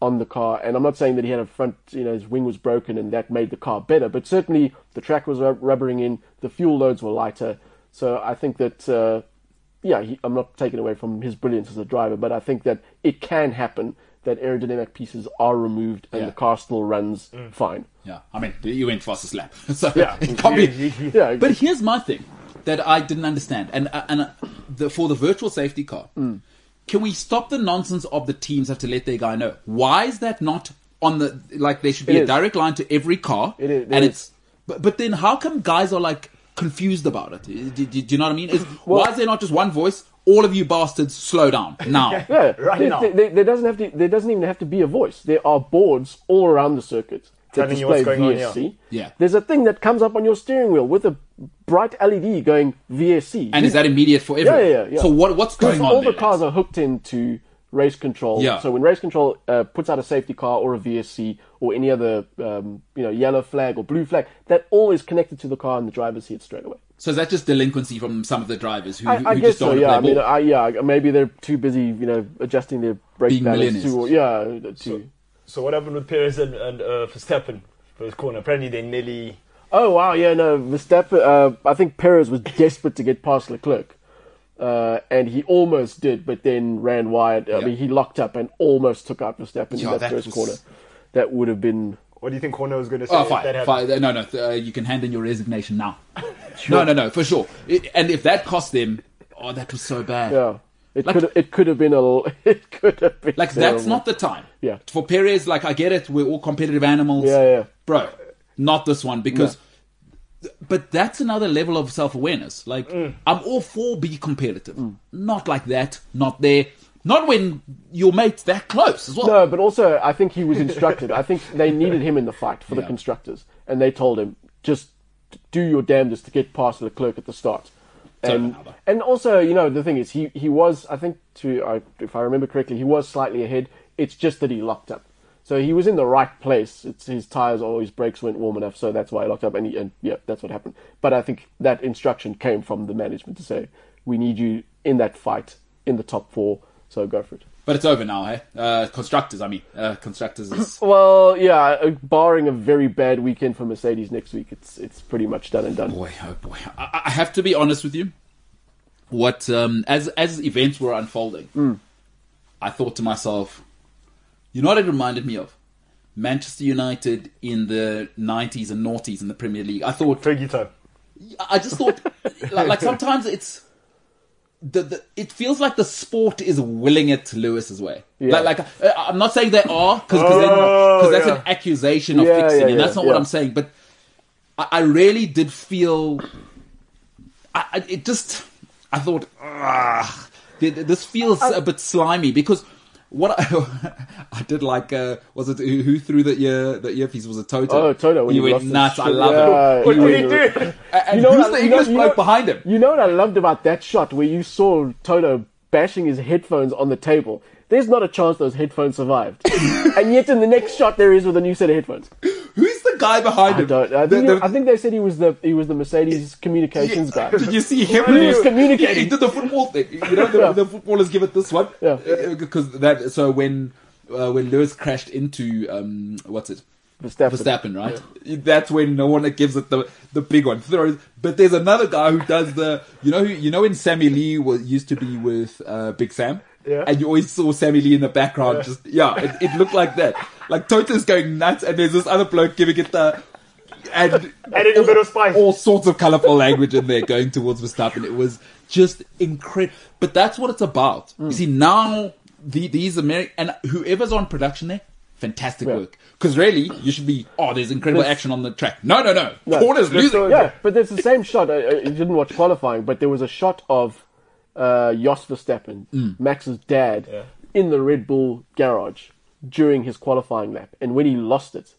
on the car. And I'm not saying that he had a front, you know, his wing was broken and that made the car better, but certainly the track was rub- rubbering in, the fuel loads were lighter. So I think that, uh, yeah, he, I'm not taking away from his brilliance as a driver, but I think that it can happen that aerodynamic pieces are removed and Yeah. the car still runs fine. Yeah, I mean, E you went fastest lap, <laughs> so Yeah. it can't be. <laughs> Yeah, But here's my thing that I didn't understand, and uh, and the, for the virtual safety car, Hmm. can we stop the nonsense of the teams have to let their guy know? Why is that not on the like? There should be It a is. direct line to every car, It is- it and is. it's. But, but then how come guys are like confused about it? Uh, Do, do- do you know what I mean? <laughs> Is, why is there not just one voice? All of you bastards, slow down now. <laughs> Yeah, Right there, now. there- there- there doesn't have to. There doesn't even have to be a voice. There are boards all around the circuit that Telling you what's display going on, yeah. VSC. Yeah. There's a thing that comes up on your steering wheel with a bright LED going VSC. And is that immediate for yeah, everyone? yeah, yeah, yeah. So what what's 'Cause going on? All there, the cars lads? are hooked into race control. Yeah. So when race control uh, puts out a safety car or a VSC or any other, um, you know, yellow flag or blue flag, that all is connected to the car and the driver's seat straight away. So is that just delinquency from some of the drivers who, who I, I just guess don't want so. Yeah, to I play mean, ball? I, yeah, maybe they're too busy, you know, adjusting their brake Being balance to, millionaires. or, yeah, to. So what happened with Perez and, and uh, Verstappen for his corner? Apparently they nearly Oh wow, yeah, no, Verstappen. Uh, I think Perez was desperate to get past Leclerc, uh, and he almost did, but then ran wide. I Yeah. mean, he locked up and almost took out Verstappen Yeah, in that, that first was- corner. That would have been What do you think Horner was going to say Oh, if that fine, happened? fine. No, no, uh, you can hand in your resignation <laughs> now. No, no, no, for sure. It, and if that cost them, oh, that was so bad. yeah. It Like- could have, it could have been a l- <laughs> it could have been Like that's terrible. not the time. Yeah. For Perez, like I get it, we're all competitive animals. Yeah, yeah. Bro, not this one because but that's another level of self awareness. Like Mm. I'm all for be competitive. Not like that, not there. Not when your mate's that close as well. No, but also I think he was instructed. I think they needed him in the fight for the Yeah. constructors, and they told him just do your damnedest to get past Leclerc at the start. And Totally. and also, you know, the thing is, he he was I think to I, if I remember correctly, he was slightly ahead. It's just that he locked up. So he was in the right place. It's his tires or his brakes weren't warm enough, so that's why he locked up. And, he, and yeah, that's what happened. But I think that instruction came from the management to say, "We need you in that fight, in the top four. So go for it." But it's over now, hey? Uh, constructors, I mean. Uh, constructors is Well, yeah, uh, barring a very bad weekend for Mercedes next week, it's it's pretty much done and done. boy, oh boy. I, I have to be honest with you. What um, as as events were unfolding, I thought to myself, you know what it reminded me of? Manchester United in the nineties and noughties in the Premier League. I thought Fergie time. I just thought, like, like sometimes it's the, the it feels like the sport is willing it to Lewis's way. Like, like uh, I'm not saying they are because Oh, that's yeah. an accusation of Yeah, fixing, yeah, and that's yeah, not what yeah. I'm saying. But I, I really did feel, I, I it just I thought, ah, th- th- this feels a bit slimy because. What I, <laughs> I did like uh, was it who who threw that year that year piece was a Toto. Oh, Toto, when he he went lost his nuts. I shit. love Yeah, it. he What He did went- he do? and You know who's what I- the you know- English you bloke know- behind him? You know what I loved about that shot where you saw Toto bashing his headphones on the table? There's not a chance those <laughs> headphones survived, and yet in the next shot there is with a new set of headphones. Who's the guy behind I him? don't. I The- think, the- I think they said he was the he was the Mercedes communications <laughs> guy. did you see him? He was communicating. He, he did the football thing. You know, the, Yeah. the footballers give it this one. Yeah. Because that. So when uh, when Lewis crashed into um, what's it? Verstappen. Verstappen, right? That's when no one gives it the the big one. Throws, but there's another guy who does the. You know, who- you know when Sammy Lee was used to be with uh, Big Sam, Yeah. and you always saw Sammy Lee in the background. Just yeah, it, it looked like that. Like Toto's going nuts, and there's this other bloke giving it the. And Added a bit of spice. all sorts of colorful language in there going towards Verstappen. It was just incredible. But that's what it's about. You see, now the, these American and whoever's on production there, fantastic work. Because really, you should be oh, there's incredible action on the track. No, no, no. Corners music. so- Yeah, but there's the same shot. I, I you didn't watch qualifying, but there was a shot of uh, Jos Verstappen, Max's dad, in the Red Bull garage during his qualifying lap, and when he lost it.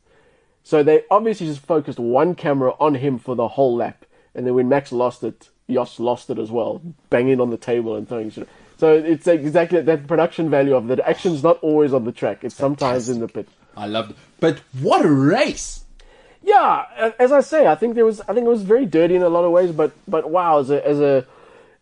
So they obviously just focused one camera on him for the whole lap, and then when Max lost it, Jos lost it as well, banging on the table and throwing shit. So it's exactly that production value of that action's not always on the track; it's sometimes in the pit. I loved it. But what a race! Yeah, a- as I say, I think there was I think it was very dirty in a lot of ways, but but wow, as a as a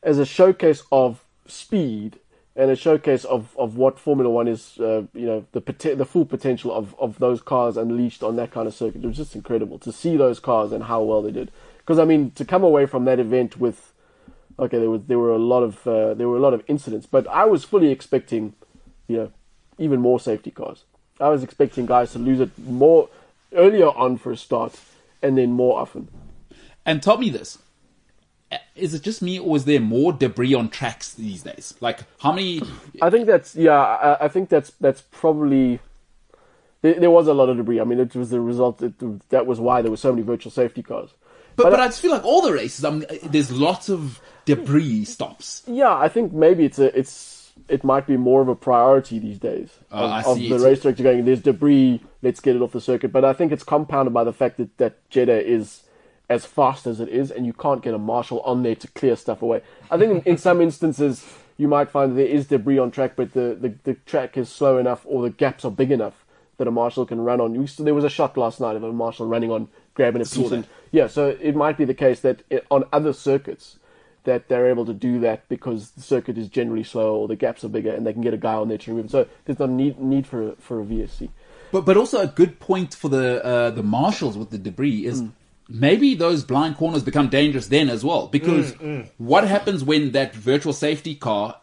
as a showcase of speed and a showcase of, of what Formula One is, uh, you know, the pote- the full potential of, of those cars unleashed on that kind of circuit. It was just incredible to see those cars and how well they did. Because I mean, to come away from that event with, okay, there was there were a lot of uh, there were a lot of incidents, but I was fully expecting, you know, even more safety cars. I was expecting guys to lose it more earlier on for a start, and then more often. And tell me this. Is it just me, or is there more debris on tracks these days? Like, how many? I think that's yeah. I, I think that's that's probably there, there was a lot of debris. I mean, it was the result. It, that was why there were so many virtual safety cars. But, but I just feel like all the races, I'm, there's lots of debris stops. Yeah, I think maybe it's a it's it might be more of a priority these days Oh, I of, of see. the It's- race director going. There's debris. Let's get it off the circuit. But I think it's compounded by the fact that that Jeddah is as fast as it is, and you can't get a marshal on there to clear stuff away. I think in, in some instances you might find that there is debris on track, but the, the, the track is slow enough or the gaps are big enough that a marshal can run on. You still, there was a shot last night of a marshal running on grabbing a Saw piece. that. And, yeah, so it might be the case that it, on other circuits that they're able to do that because the circuit is generally slow or the gaps are bigger and they can get a guy on there to remove. it. So there's no need need for a, for a VSC. But but also a good point for the uh, the marshals with the debris is maybe those blind corners become dangerous then as well. Because what happens when that virtual safety car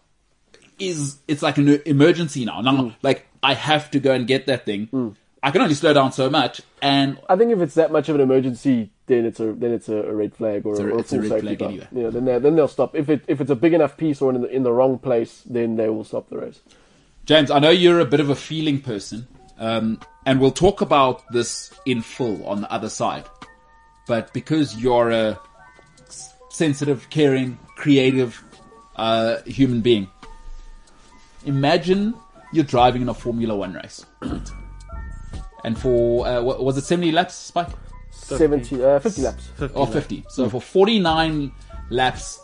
is it's like an emergency now. Now, like I have to go and get that thing. I can only slow down so much, and I think if it's that much of an emergency, then it's a then it's a, a red flag or, a- or a it's a red full safety flag car. anyway. Yeah, then they, then they'll stop. If it if it's a big enough piece or in the, in the wrong place, then they will stop the race. James, I know you're a bit of a feeling person, um, and we'll talk about this in full on the other side. But because you're a s- sensitive, caring, creative uh, human being, imagine you're driving in a Formula One race. <clears throat> And for, uh, what, was it 70 laps, Spike? 70, uh, 50 laps. 50 Or laps. 50. So for 49 laps,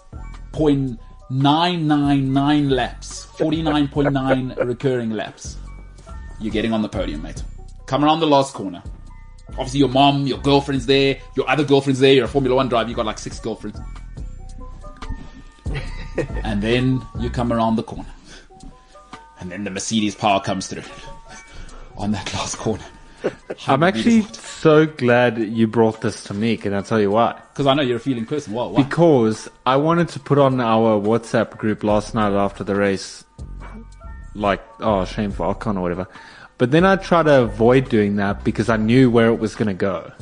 0.999 laps, <laughs> 49.9 recurring laps, you're getting on the podium, mate. Come around the last corner. Obviously, your mom, your girlfriend's there, your other girlfriend's there, you're a Formula One driver, you've got like six <laughs> girlfriends. and then you come around the corner. And then the Mercedes power comes through <laughs> on that last corner. I'm actually so glad you brought this to me, and I'll tell you why. Because I know you're a feeling person. Wow, wow. Because I wanted to put on our WhatsApp group last night after the race, like, oh, shame for Ocon or whatever. But then I tried to avoid doing that because I knew where it was going to go.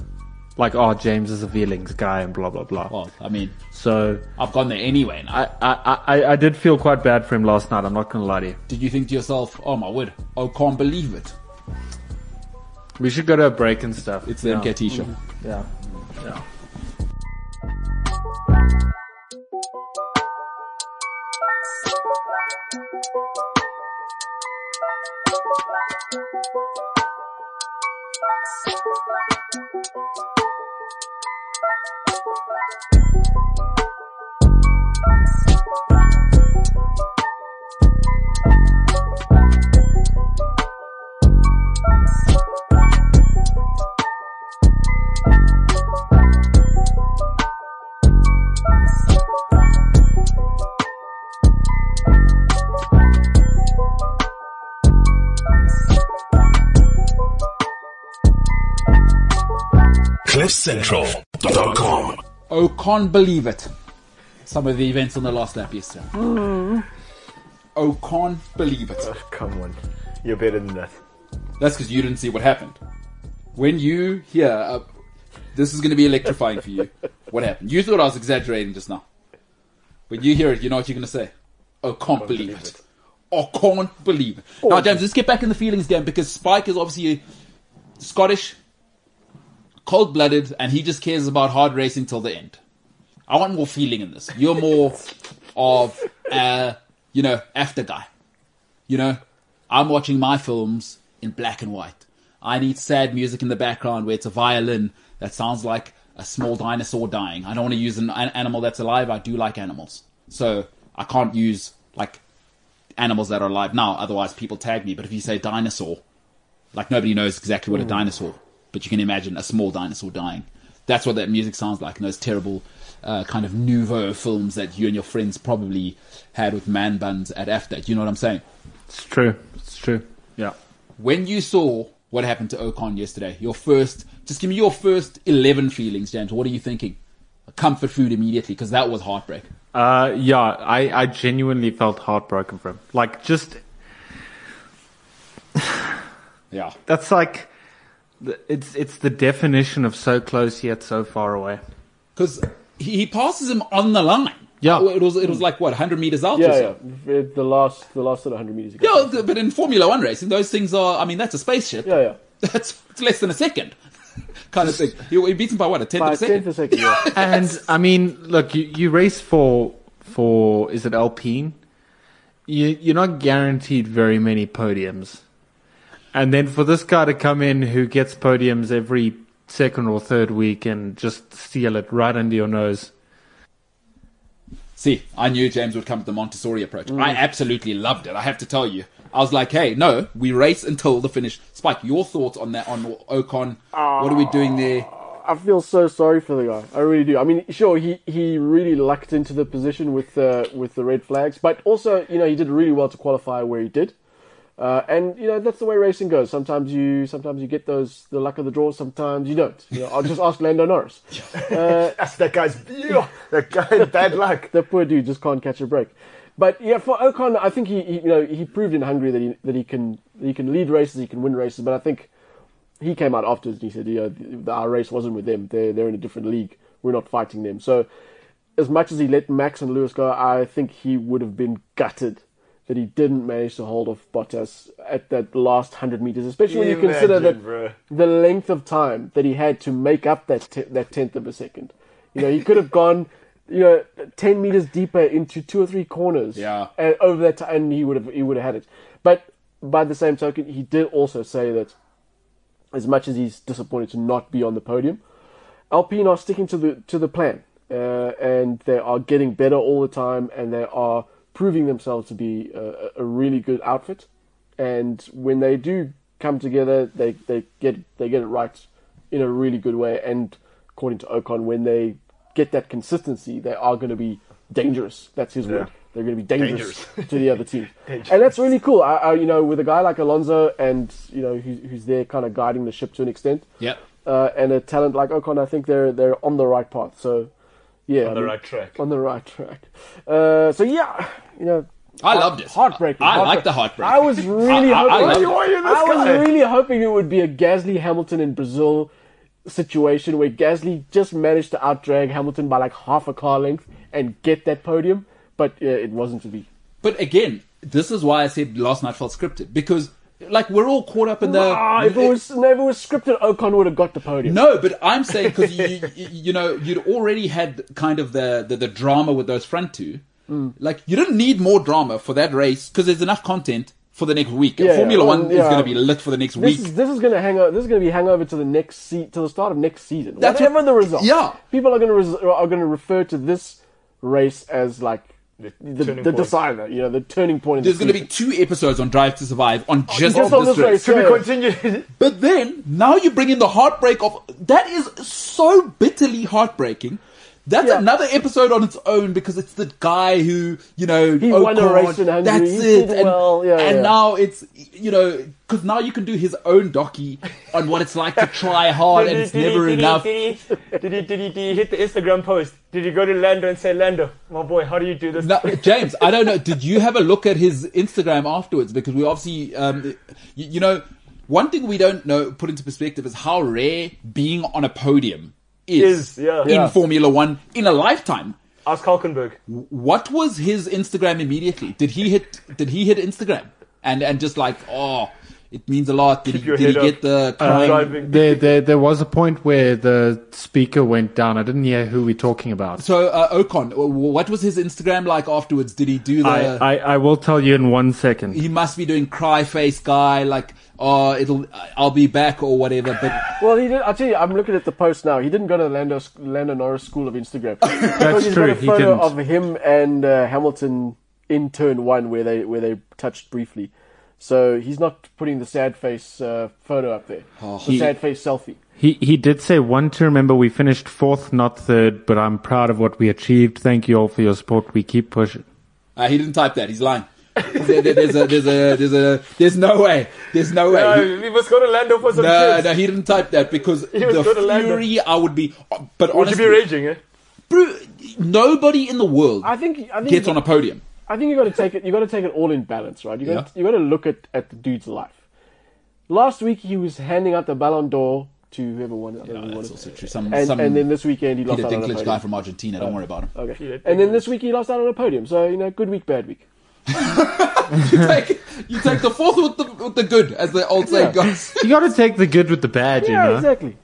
Like, oh, James is a feelings guy and blah, blah, blah. Well, I mean, So I've gone there anyway. Now. I, I, I, I did feel quite bad for him last night. I'm not going to lie to you. Did you think to yourself, "Oh my word, I can't believe it"? We should go to a break and stuff. It's the Yeah. MKT show. Yeah. Yeah. CliffCentral.com. Oh, can't believe it. Some of the events on the last lap yesterday. Oh, can't believe it. Come on. You're better than that. That's because you didn't see what happened. When you hear, uh, this is going to be electrifying for you. What happened? You thought I was exaggerating just now. When you hear it, you know what you're going to say. Oh, can't, believe, it. Oh, can't believe it. Now, James, let's get back in the feelings game because Spike is obviously Scottish, cold blooded, and he just cares about hard racing till the end. I want more feeling in this. You're more of a, you know, after guy. You know, I'm watching my films in black and white. I need sad music in the background where it's a violin that sounds like a small dinosaur dying. I don't want to use an, an animal that's alive. I do like animals. So I can't use like animals that are alive now. Otherwise people tag me. But if you say dinosaur, like nobody knows exactly what a dinosaur, but you can imagine a small dinosaur dying. That's what that music sounds like in those terrible uh, kind of nouveau films that you and your friends probably had with man buns at after. Do you know what I'm saying? It's true. It's true. Yeah. when you saw what happened to Ocon yesterday, your first, just give me your first 11 feelings, James. What are you thinking? Comfort food immediately, because that was heartbreak. Uh, yeah, I, I genuinely felt heartbroken for him. Like, just, Yeah. that's like, the- it's, it's the definition of so close yet so far away. Because he, he passes him on the line. Yeah. It was, it was like, what, 100 meters out or Yeah, yeah. something? The the last, the last sort of 100 meters. Yeah, well, th- but in Formula One racing, those things are, I mean, that's a spaceship. yeah, yeah. <laughs> That's it's less than a second <laughs> kind of thing. He, he beats him by what, a tenth of By a second? tenth a second. Yeah. And I mean, look, you, you race for, for, is it Alpine? You, you're not guaranteed very many podiums. And then for this guy to come in who gets podiums every second or third week and just steal it right under your nose. See, I knew James would come with the Montessori approach. I Mm. absolutely loved it. I have to tell you, I was like, "Hey, no, we race until the finish." Spike, your thoughts on that? On Ocon, what are we doing there? I feel so sorry for the guy. I really do. I mean, sure, he, he really lucked into the position with uh, with the red flags, but also, you know, he did really well to qualify where he did. Uh, and you know that's the way racing goes. Sometimes you sometimes you get those the luck of the draw. Sometimes you don't. You know, I'll just ask Lando Norris. That's that guy's. Yeah, that guy, <laughs> bad luck. the poor dude just can't catch a break. But yeah, for Ocon, I think he, he you know he proved in Hungary that he that he can that he can lead races, he can win races. But I think he came out afterwards and he said, you know, th- our race wasn't with them. They're they're in a different league. We're not fighting them. So as much as he let Max and Lewis go, I think he would have been gutted that he didn't manage to hold off Bottas at that last hundred meters, especially when you consider Imagine, that bro. the length of time that he had to make up that te- that tenth of a second. You know, he could have gone, you know, ten meters deeper into two or three corners. Yeah. And over that, time, and he would have he would have had it. But by the same token, he did also say that as much as he's disappointed to not be on the podium, Alpine are sticking to the to the plan, uh, and they are getting better all the time, and they are proving themselves to be a, a really good outfit. And when they do come together, they, they get they get it right in a really good way. And according to Ocon, when they get that consistency, they are going to be dangerous. That's his word. They're going to be dangerous, <laughs> to the other team, and that's really cool. I, I, you know, with a guy like Alonso, and you know, who's, who's there, kind of guiding the ship to an extent Yep. uh, and a talent like Ocon, I think they're they're on the right path. So, yeah, on the right track. On the right track. Uh, so yeah, you know, I loved it. Heartbreaking. I like the heartbreak. I was really I- I hoping. loved it. Why are you this I was guy? really hoping it would be a Gasly Hamilton in Brazil situation where Gasly just managed to outdrag Hamilton by like half a car length and get that podium, but uh, it wasn't to be. But again, this is why I said last night felt scripted because like we're all caught up in the. Ah, if it was, no, if it was scripted, Ocon would have got the podium. No, but I'm saying because you, you you know you'd already had kind of the the, the drama with those front two. Mm. Like you didn't need more drama for that race because there's enough content for the next week. Yeah, Formula yeah. One is Yeah. going to be lit for the next This week. is, this is gonna hang over. This is gonna be hangover to the next se- to the start of next season. That's Whatever what- the result, yeah. people are gonna res- are gonna refer to this race as like the, the, turning point. decider. You know, the turning point. In There's the Oh, going to be two episodes on Drive to Survive on just, just on this this race. To race. be Yeah. continued. But then now you bring in the heartbreak of that is so bitterly heartbreaking. That's Yeah. another episode on its own because it's the guy who you know He won a Ocon, race in Hungary. That's He it. did and well. Yeah, and yeah. now it's you know because now you can do his own docu on what it's like to try hard and it's Oh, <laughs> never enough. Did he, did, he, did, he, did he hit the Instagram post? Did you go to Lando and say, Lando, my boy, how do you do this? <laughs> Now, James, I don't know. Did you have a look at his Instagram afterwards? Because we obviously, um, you, you know, one thing we don't know put into perspective is how rare being on a podium is, Is, yeah. in Yeah. Formula One in a lifetime. Ask Hulkenberg. What was his Instagram immediately? Did he hit? Did he hit Instagram? And and just like, oh, it means a lot. Did he, your did he head get up. Uh, the crying? Driving. There, there, there was a point where the speaker went down. I didn't hear who we're talking about. so uh, Ocon, w- w- what was his Instagram like afterwards? Did he do the? I, I, I will tell you in one second. he must be doing cry face guy like oh it'll i'll be back or whatever but Well, he did. I tell you, I'm looking at the post now. He didn't go to the Lando Lando Norris School of <laughs> Instagram. Because he's true, Got a he photo didn't. of him and uh, Hamilton in turn one where they where they touched briefly. So he's not putting the sad face uh, photo up there. Oh, the He- sad face selfie. He, he did say one to remember. We finished fourth, not third, but I'm proud of what we achieved. Thank you all for your support. We keep pushing. uh, he didn't type that he's lying There- there- there's a there's a there's a there's no way there's no way He- Uh, we must go to Lando for some no, chips. no, he didn't type that because was the good at Lando. fury I would be. uh, But Would you honestly, be raging, eh? bro, nobody in the world I think I think gets on a podium. I think you got to take it. You got to take it all in balance, right? You got Yeah. you got to look at, at the dude's life. Last week he was handing out the Ballon d'Or to whoever won. it. I don't know who No, won that's it. also true. Some And, some and then this weekend he lost Peter out on a Dinklage podium. guy from Argentina. Don't worry about him. Okay. And then this week he lost out on a podium. So you know, good week, bad week. <laughs> you, take, you take the fourth with the with the good, as the old saying goes. <laughs> You got to take the good with the bad, you Yeah, know. exactly.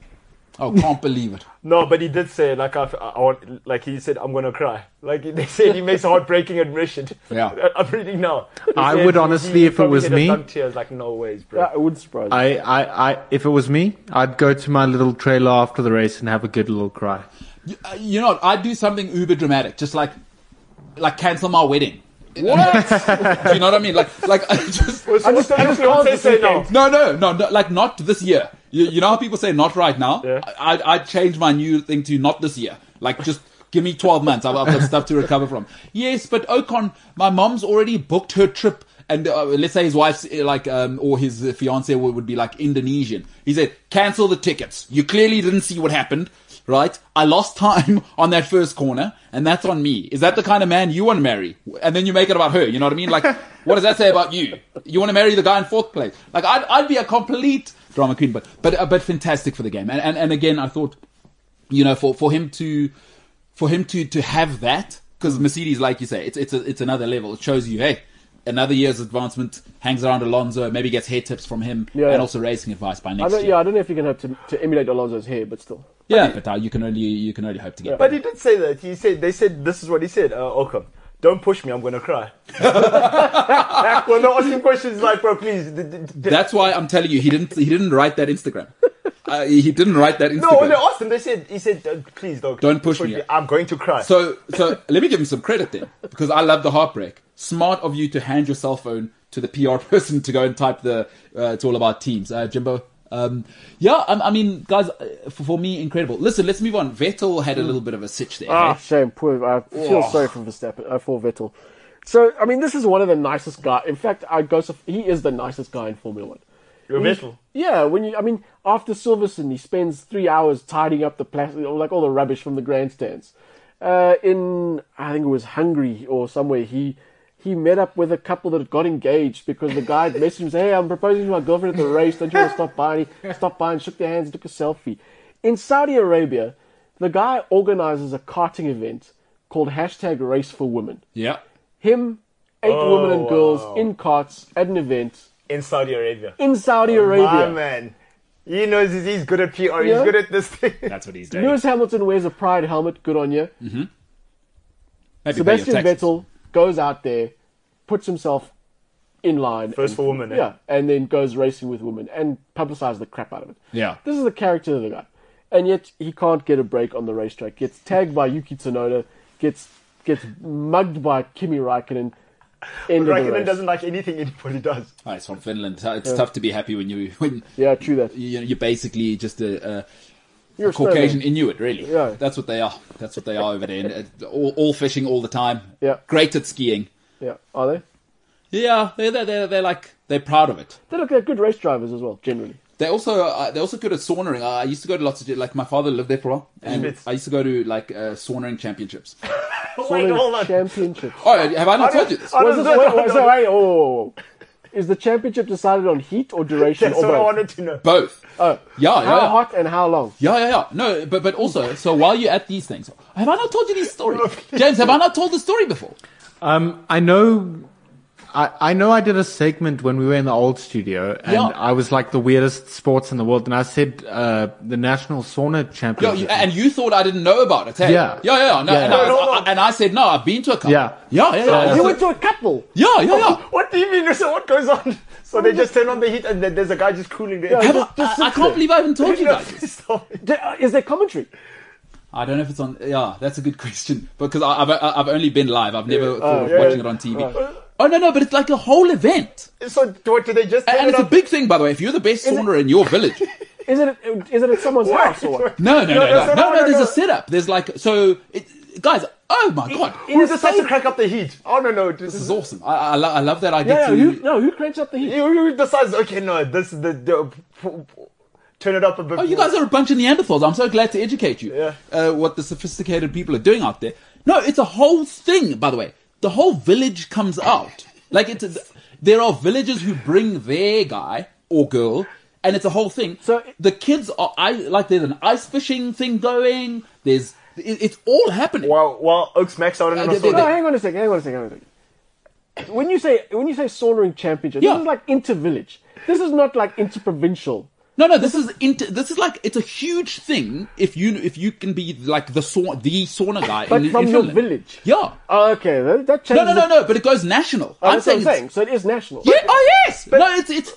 Oh, can't believe it. No, but he did say, like, I, I want, like he said, I'm going to cry. Like, they said he makes a heartbreaking admission. Yeah. <laughs> I'm reading now. He I said would he- honestly, he if it probably was shed a me- thumb tears, like, no ways, bro. That wouldn't surprise. me. I, I, I, if it was me, I'd go to my little trailer after the race and have a good little cry. You, uh, you know, what? I'd do something uber dramatic, just like, like cancel my wedding. What? <laughs> do you know what I mean? Like, like <laughs> I just I just, I just can't this say no. no, no, no, no, like not this year. You, you know how people say not right now. Yeah. I, I I'd change my new thing to not this year. Like just. Give oh, me 12 months. I've, I've got stuff to recover from. Yes, but Ocon, my mom's already booked her trip and uh, let's say his wife's uh, like, um, or his fiance would, would be like Indonesian. He said, cancel the tickets. You clearly didn't see what happened, right? I lost time <laughs> on that first corner, and that's on me. Is that the kind of man you want to marry? And then you make it about her. You know what I mean? <laughs> Like, what does that say about you? You want to marry the guy in fourth place? Like, I'd, I'd be a complete drama queen, but, but, uh, but fantastic for the game. And, and, and again, I thought, you know, for, for him to, for him to to have that Hmm. because Mercedes, like you say, it's it's a, it's another level. It shows you, hey, another year's advancement. Hangs around Alonso, maybe gets hair tips from him, Yeah. and also racing advice by I next don't, year. yeah, I don't know if you can hope to, to emulate Alonso's hair, but still. Yeah, but uh, you can only you can only hope to get. But he did say that. He said they said this is what he said. Uh, Ockham, don't push me. I'm gonna cry. <laughs> when they're asking questions, he's like, bro, please. d- d- d- That's why I'm telling you, he didn't he didn't write that Instagram. uh, he didn't write that No, when Instagram. they asked him, they said he said, "Don't- please don't Don't push me. I'm going to cry. So so let me give him some credit then because I love the heartbreak. Smart of you to hand your cell phone to the PR <laughs> person to go and type the uh, it's all about teams. Uh, Jimbo. Um, yeah, I, I mean, guys, uh, for, for me, incredible. Listen, let's move on. Vettel had a little bit of a sitch there. Hmm. Ah, hey? shame. Poor. I feel sorry for Verstappen. Uh, for Vettel. So I mean, this is one of the nicest guy. In fact, I go so he is the nicest guy in Formula One. You're He- metal. Yeah, when you, I mean, after Silverstone, he spends three hours tidying up the plastic, or like all the rubbish from the grandstands. Uh, in I think it was Hungary or somewhere, he he met up with a couple that got engaged because the guy had <laughs> messaged him, "Hey, I'm proposing to my girlfriend at the race. Don't you want to stop by?" And he stopped by and shook their hands, and took a selfie. In Saudi Arabia, the guy organizes a karting event called hashtag Race for Women. Yeah. Him, eight women Oh, and girls in carts at an event in Saudi Arabia. in Saudi Oh, My Arabia. man, he knows he's, he's good at PR. Yeah. He's good at this thing. That's what he's doing. Lewis Hamilton wears a pride helmet. Good on you. Maybe pay your Sebastian taxes. Vettel goes out there, puts himself in <laughs> line. First and- for women, eh? Yeah, and then goes racing with women and publicizes the crap out of it. Yeah. This is the character of the guy. And yet he can't get a break on the racetrack. Gets tagged by Yuki Tsunoda, gets gets mugged by Kimi Raikkonen. End of the Raikkonen race. doesn't like anything anybody does. <laughs> Oh, it's from Finland. Uh, It's tough to be happy when you when Yeah, true that. you know, you're basically just a, a, You're a a snowman. Caucasian Inuit, really. Yeah. That's what they are. That's what they are over there. And, uh, all, all fishing all the time. Yeah. Great at skiing. Yeah, are they? Yeah, they're they're they're, they're like they're proud of it. They look like good race drivers as well, generally. They also uh, they're also good at saunering. Uh, I used to go to lots of like my father lived there for a while, and Schmitz. I used to go to like uh, saunering championships. Wait, hold on. Championship. Oh, have I not told you this? I Was don't this, know. wait, wait, so, wait, oh, oh, oh. <laughs> Is the championship decided on heat or duration? That's or what I both? wanted to know. Both. Oh. yeah, How yeah. hot and how long? Yeah, yeah, yeah. No, but but also, so while you're at these things, have I not told you this story, James? Have I not told the story before? Um, I know, I, I know. I did a segment when we were in the old studio, and Yeah. I was like the weirdest sports in the world, and I said uh, the national sauna Yeah, championship. you, and you thought I didn't know about it. Hey? Yeah. yeah, yeah. No, Yeah. And, No, I, no, no. I- and I said no. I've been to a couple. Yeah. yeah, yeah, yeah. You So- went to a couple. yeah, yeah, yeah. What do you mean? <laughs> So what goes on? So they just turn on the heat and then there's a guy just cooling there. Yeah, Have I- just I, I sit can't there. believe I haven't told you about this. <laughs> D- uh, Is there commentary? I don't know if it's on. Yeah, that's a good question because I, I've I- I've only been live. I've never thought of yeah. watching it on TV. Oh no, no, but it's like a whole event, So what do they just turn and, it it's a up? big thing, by the way. If you're the best sauna in your village, Is it is it at someone's house or <laughs> what? no, no, no, no, that's no, not no, what I There's know. a setup. There's like so, it, guys. Oh my god, Who decides to crank up the heat? Oh no no! this is awesome. I I, lo- I love that I get Yeah, to. who, no, who cranks up the heat? You, you decides. Okay, no, this is the, the turn it up a bit. Oh, you more. guys are a bunch of Neanderthals. I'm so glad to educate you. Yeah. Uh, what the sophisticated people are doing out there. No, it's a whole thing, by the way. The whole village comes out. Like, it's a, there are villagers who bring their guy or girl, and it's a whole thing. So- the kids are, I like, there's an ice fishing thing going. There's, it, it's all happening. While while Oaks max out in Uh, an they- assault. No, hang on a second. Hang on a second. Hang on a second. When you say when you say saunering championship, Yeah. this is like inter-village. This is not like interprovincial. No, no, this is inter, this is like it's a huge thing. If you if you can be like the sauna the sauna guy, But in, from in your Finland. village. yeah. Oh, okay, that, that No, changes. no, no, it. no. But it goes national. Oh, that's what I'm it's- saying. So it is national. Yeah, oh yes. no, it's it's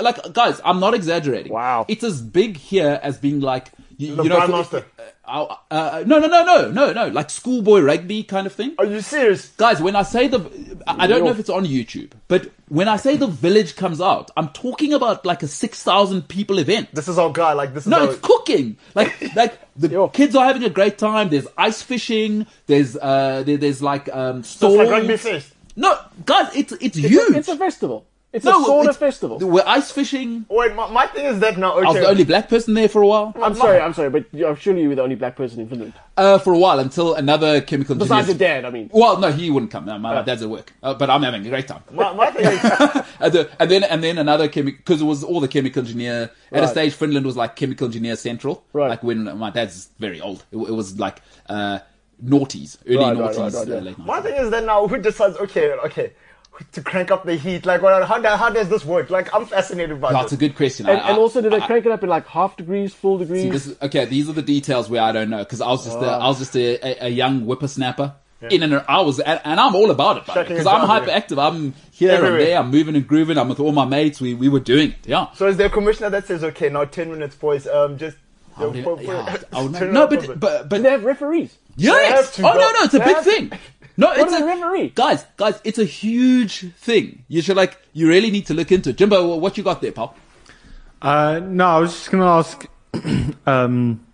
like guys, I'm not exaggerating. Wow. it's as big here as being like you, you The know. Grandmaster. uh, uh, no, no, no, no, no, no, like schoolboy rugby kind of thing. Are you serious? Guys, when I say the, I I don't know if it's on YouTube, but when I say the village comes out, I'm talking about like a six thousand people event. This is our guy. Like this is No, our, it's cooking. <laughs> Like like the Yo. kids are having a great time. There's ice fishing. There's uh there, there's like um stalls. like rugby fest. No, guys, it's it's It's huge. a, it's a festival. It's no, a sauna it's- festival. We're ice fishing. Wait, my, my thing is that now. Okay, I was the only black person there for a while. I'm sorry, I'm sorry, but you- I'm surely you were the only black person in Finland. Uh, for a while until another chemical Besides your engineer's- dad, I mean. Well, no, he wouldn't come. No, my, my dad's at work, uh, but I'm having a great time. <laughs> my, my thing is and, the- and then and then another chemical because it was all the chemical engineer at a Right. stage finland was like chemical engineer central Right. like when my dad's very old it, it was like uh noughties early Right, right, noughties right, right, uh, yeah. late My 90s. thing is that now who decides? Okay, okay, to crank up the heat. Like, what, how, do- how does this work? Like, I'm fascinated by that's a this. good question And, I- and I- also, did I- they crank it up in like half degrees, full I- degrees? this is- okay these are the details where i don't know because i was just a, i was just a, a, a young whippersnapper in and I was, and, and I'm all about it, Shaking because it I'm down, yeah. hyperactive. I'm here Everywhere. and there. I'm moving and grooving. I'm with all my mates. We we were doing it. Yeah. So is there a commissioner that says, okay, now ten minutes, boys. Um, just. I would- for- for- yeah, I <laughs> would- turn no, it but over." but but Did they have referees? Yes. They Oh have to no, go- no, it's a they big have thing. No, it's is a a referee? Guys, guys, it's a huge thing. You should like, you really need to look into it. Jimbo, wh- what you got there, pal? Uh, no, I was just going to ask <clears throat> um,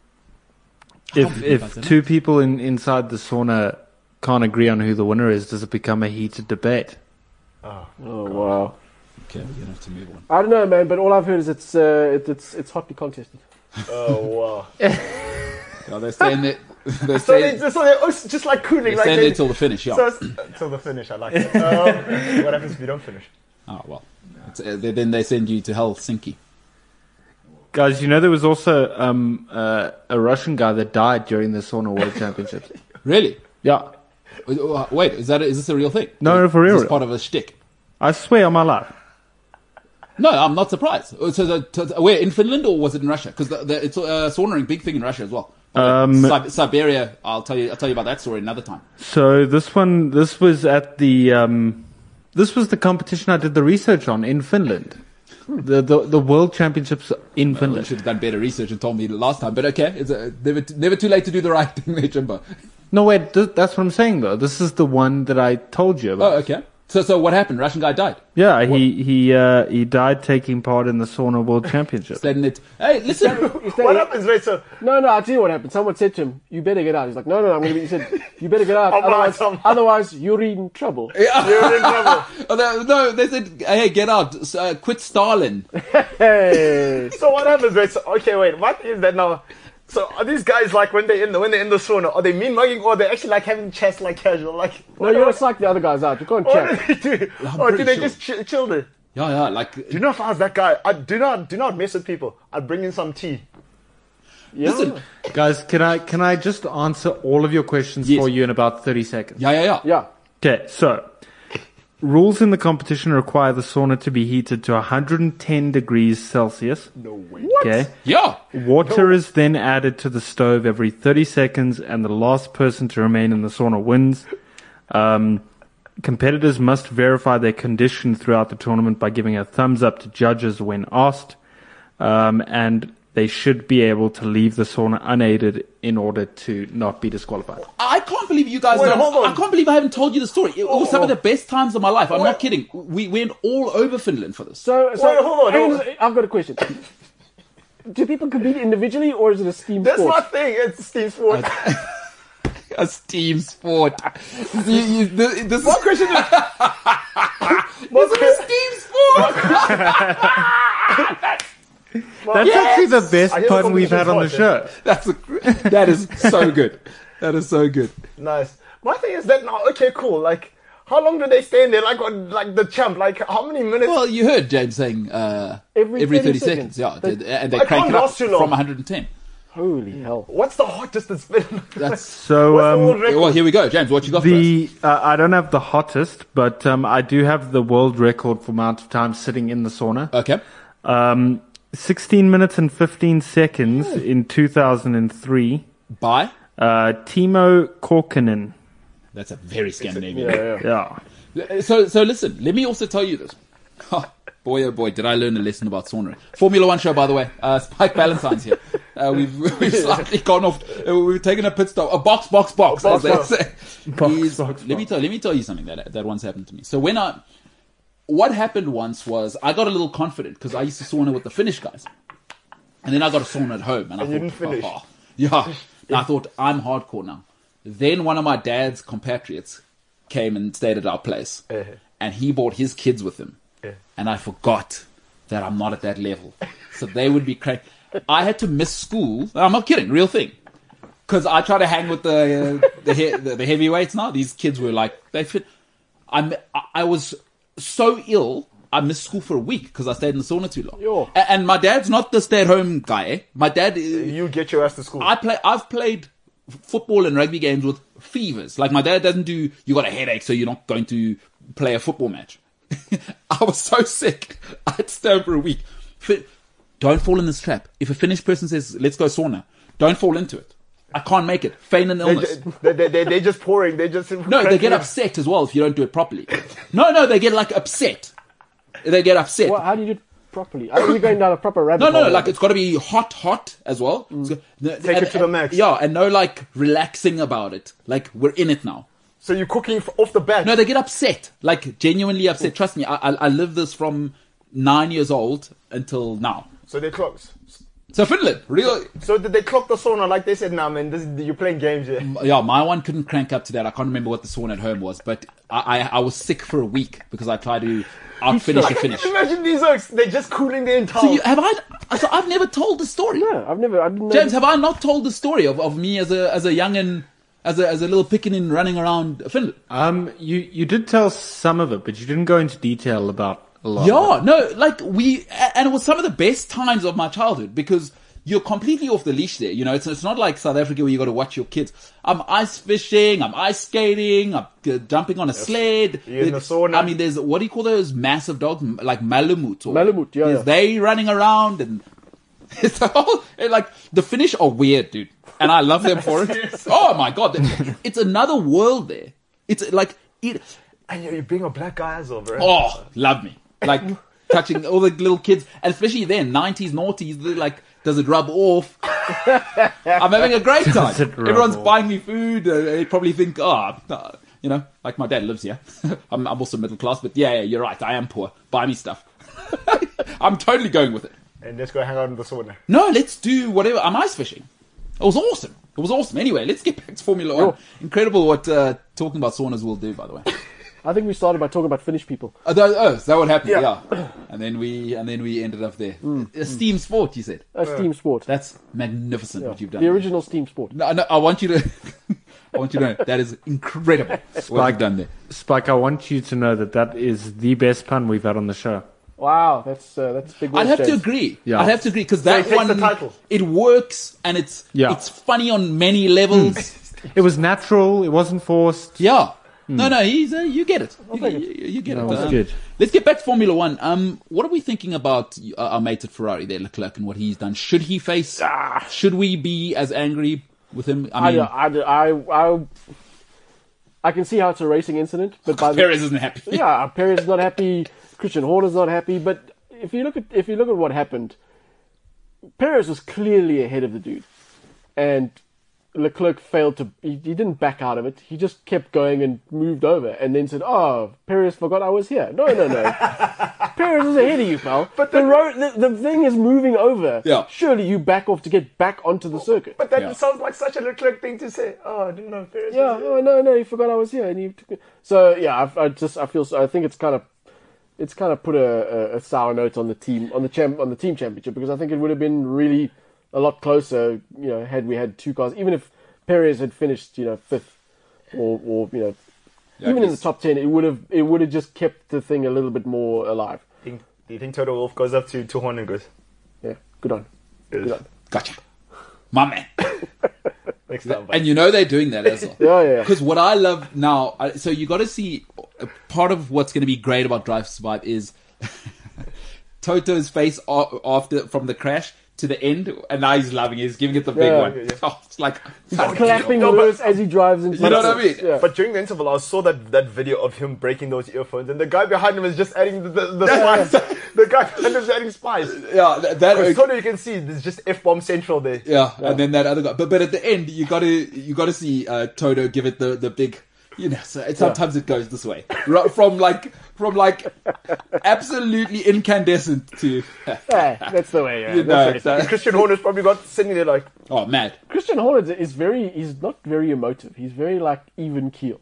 if eh? if two people in, inside the sauna can't agree on who the winner is, does it become a heated debate? Oh, wow. Okay, you don't have to move <laughs> on. I don't know, man, but all I've heard is it's uh, it, it's it's hotly contested. <laughs> oh wow. No, they're saying <laughs> that. They're So saying, they, so they're also just like cooling, they're like saying they, there till the finish. Yeah. so it's- till the finish. I <laughs> like it. Um, what happens if you don't finish? oh well. It's, uh, they- then they send you to Helsinki. Guys, you know there was also um, uh, a Russian guy that died during the sauna <laughs> world championships. Really? Yeah, Uh, Wait, is that is this a real thing? No, no, for Is real. this part of a shtick. I swear on my life. No, I'm not surprised. Uh, So, the- to- where in Finland or was it in Russia? Because the, the, it's a uh, saunering big thing in Russia as well. Um, Sib- Siberia. I'll tell you. I'll tell you about that story another time. So this one, this was at the, um, this was the competition I did the research on in Finland, Hmm. the the, the world championships in I Finland. should have done better research and told me last time, but okay, it's uh never, t- never too late to do the right <laughs> thing there, Jimbo. No, wait, th- that's what I'm saying though. This is the one that I told you about. Oh, okay. So, so what happened? Russian guy died. Yeah, he he uh, he died taking part in the sauna world championship. Then it, hey, listen, Is that What it? happens, right? So No, no, I'll tell you what happened. Someone said to him, You better get out. He's like, No, no, no, I'm going to be. He said, You better get out. I'm right, otherwise, I'm right." otherwise, you're in trouble. you're in trouble. oh, no, no, they said, hey, get out, S- uh, quit Stalin. Hey. <laughs> So what happens, right? So, okay, wait. What is that now? So are these guys like when they in the when they in the sauna? Are they mean mugging or they actually like having chats like casual? Like No, you want to psych the other guys out. You can't what chat. do they do? I'm Or do pretty they sure. just ch- chill there? Yeah, yeah, like, Do you know if I was that guy? I do not do not mess with people. I'd bring in some tea. listen, <laughs> Guys, can I can I just answer all of your questions Yes. for you in about thirty seconds? yeah, yeah, yeah. Yeah. Okay, so rules in the competition require the sauna to be heated to 110 degrees Celsius. No way. Okay. Yeah. Water is then added to the stove every 30 seconds, and the last person to remain in the sauna wins. Um, competitors must verify their condition throughout the tournament by giving a thumbs up to judges when asked, um, and they should be able to leave the sauna unaided in order to not be disqualified. I can't believe you guys Wait, know. hold on. I can't believe I haven't told you the story. It was some of the best times of my life. I'm not kidding. We went all over Finland for this. So, so Wait, hold on, hang hold on. I've got a question. Do people compete individually or is it a team That's sport? my thing. It's Steve's sport. <laughs> A steam sport. you, you, this, this is My question is, This is a steam sport. That's actually the best I hear the pun we've had on the competition's hot, show. <laughs> That's a, that is so good. That is so good. nice. My thing is that now. Okay, cool. Like, how long do they stay in there? Like, on, like the champ. Like, how many minutes? Well, you heard James saying uh, every, Every 30, 30 seconds. seconds. Yeah, they- and they I crank can't it up last too long. from 110. Holy hell. What's the hottest it's been? <laughs> That's So, What's the um, world record? well. Here we go, James. What you got? for us? The uh, I don't have the hottest, but um, I do have the world record for amount of time sitting in the sauna. Okay. Um, 16 minutes and 15 seconds in 2003. Bye. Uh, Timo Korkinen. That's a very Scandinavian. Yeah, yeah. Yeah. So, so listen. Let me also tell you this. <laughs> Oh, boy, oh boy, did I learn a lesson about saunering. Formula One show, by the way. Uh, Spike Valentine's here. Uh, we've <laughs> we've slightly gone off. Uh, we've taken a pit stop. A box, box, box. box, as <laughs> box. they say. Box, Is- box, Let me box. tell. Let me tell you something that that once happened to me. So when I, what happened once was I got a little confident because I used to sauna with the Finnish guys, and then I got a sauna at home, and I And you thought, didn't finish. "Oh, <laughs> yeah. And I thought I'm hardcore now. Then one of my dad's compatriots came and stayed at our place, Uh-huh. and he brought his kids with him, Yeah. and I forgot that I'm not at that level, so they would be crazy. I had to miss school. I'm not kidding, real thing. Because I try to hang with the uh, the, he- the the heavyweights now. These kids were like they fit. I'm I- I was so ill. I missed school for a week because I stayed in the sauna too long. Yo. A- And my dad's not the stay-at-home guy. eh? My dad, uh, You get your ass to school. I play. I've played f- football and rugby games with fevers. Like my dad doesn't do. You got a headache, so you're not going to play a football match. <laughs> I was so sick. <laughs> I had to stay home for a week. Fi- don't fall in this trap. If a Finnish person says, "Let's go sauna," don't fall into it. I can't make it. Feign an They illness. ju- they, they, they, they're just pouring. They <laughs> just No, they get upset as well if you don't do it properly. No, no, they get like upset. They get upset. Well, how do you do it properly? Are you going down a proper rabbit No, hole? no, like it's got to be hot, hot as well. It's got- no, Mm. Take and- it to the and- max. Yeah, and no like relaxing about it. Like we're in it now. So you're cooking f- off the bat. No, they get upset, like genuinely upset. Trust me, I, I, I live this from nine years old until now. so they clocks. So Finland, real, So did they clock the sauna like they said? Nah, man, this, you're playing games here. yeah, my one couldn't crank up to that. I can't remember what the sauna at home was, but I, I, I was sick for a week because I tried to <laughs> outfinish the finish. Imagine these oaks. They're just cooling the entire. So you, have I? So I've never told the story. No, I've never. I didn't know. James, have I not told the story of, of me as a as a youngin, as a as a little pickanin running around Finland? Um, you you did tell some of it, but you didn't go into detail about a lot. Yeah, no, like we, a- and it was some of the best times of my childhood because you're completely off the leash there. You know, it's, it's not like South Africa where you got to watch your kids. I'm ice fishing, I'm ice skating, I'm uh, jumping on a sled. You're in the It's- sauna. I mean, there's what do you call those massive dogs, M- like malamutes? Or, Malamute, yeah, There's yeah. They running around and. <laughs> It's the whole, and, like the Finnish are weird, dude, and I love them for it. Oh my god, it's another world there. It's like it, and you're, you're being a black guy as well, bro. Oh, love me. Like touching all the little kids, and especially then, 90s, noughties, they're like, does it rub off? I'm having a great time. Does it rub Everyone's off? buying me food. Uh, they probably think, oh, uh, you know, like my dad lives here. <laughs> I'm, I'm also middle class, but yeah, yeah, you're right. I am poor. Buy me stuff. <laughs> I'm totally going with it. And let's go hang out in the sauna. No, let's do whatever. I'm ice fishing. It was awesome. It was awesome. Anyway, let's get back to Formula One. Incredible what uh, talking about saunas will do, by the way. I think we started by talking about Finnish people. Oh, that, oh, is that what happened? Yeah. Yeah. And then we and then we ended up there. A steam sport, you said. A steam sport. That's magnificent what you've done. The original steam sport. No, no, I want you to. <laughs> I want you to know that is incredible what you've done there. Spike, I want you to know that that is the best pun we've had on the show. Wow, that's uh, that's big. I'd words, have to James. agree. Yeah. I'd have to agree because that it takes one the title. it works and it's Yeah. it's funny on many <laughs> levels. It was natural. It wasn't forced. Yeah. No, no, he's uh, you get it. You, you- you get it. was Um, good. Let's get back to Formula One. Um, what are we thinking about uh, our mate at Ferrari there, Leclerc, and what he's done? Should he face? Should we be as angry with him? I Ah. I, mean, I, I, I, I can see how it's a racing incident, but <laughs> by the, Perez isn't happy. yeah, Perez is not happy. Christian Horner's not happy. But if you look at if you look at what happened, Perez was clearly ahead of the dude, and Leclerc failed to. He, he didn't back out of it. He just kept going and moved over, and then said, "Oh, Perez forgot I was here." No, no, <laughs> no. Perez is ahead of you, pal. But the road, the, the thing is moving over. Yeah. Surely you back off to get back onto the circuit. But that Yeah. sounds like such a Leclerc thing to say. Oh, no, no, Ferris. Yeah. Oh no, no, you forgot I was here, and you. Took it. So yeah, I, I just I feel so, I think it's kind of, it's kind of put a, a, a sour note on the team on the champ on the team championship because I think it would have been really a lot closer, you know, had we had two cars, even if Perez had finished, you know, fifth, or or you know, even in the he's- top ten, it would have it would have just kept the thing a little bit more alive. Think, do you think Toto Wolf goes up to, to Horn and goes, Yeah. Good on. "Yes, <laughs> Gotcha, my man. <laughs> next time, bud." And you know they're doing that as well. Yeah, yeah, yeah. Because what I love now, I- so you got to see uh, part of what's going to be great about Drive to Survive is <laughs> Toto's face a- after from the crash to the end, and now he's loving it. He's giving it the big Yeah, one. yeah, yeah. <laughs> Oh, it's like Clapping No, but- Lewis as he drives into You know the- what I mean? Yeah. But during the interval, I saw that, that video of him breaking those earphones, and the guy behind him is just adding the, the, the spice. <laughs> the guy behind him is adding spice. Yeah, that, that- Because Toto, you can see, there's just F bomb central there. yeah, and then that other guy. But but at the end, you got to you got to see uh, Toto give it the the big. You know, so it, sometimes it goes this way, Ru- from like from like <laughs> absolutely incandescent to Yeah, that's the way. Yeah. you That's know. it. so- Christian Horner's probably got sitting there like, oh, mad. Christian Horner is very he's not very emotive. He's very like even keel.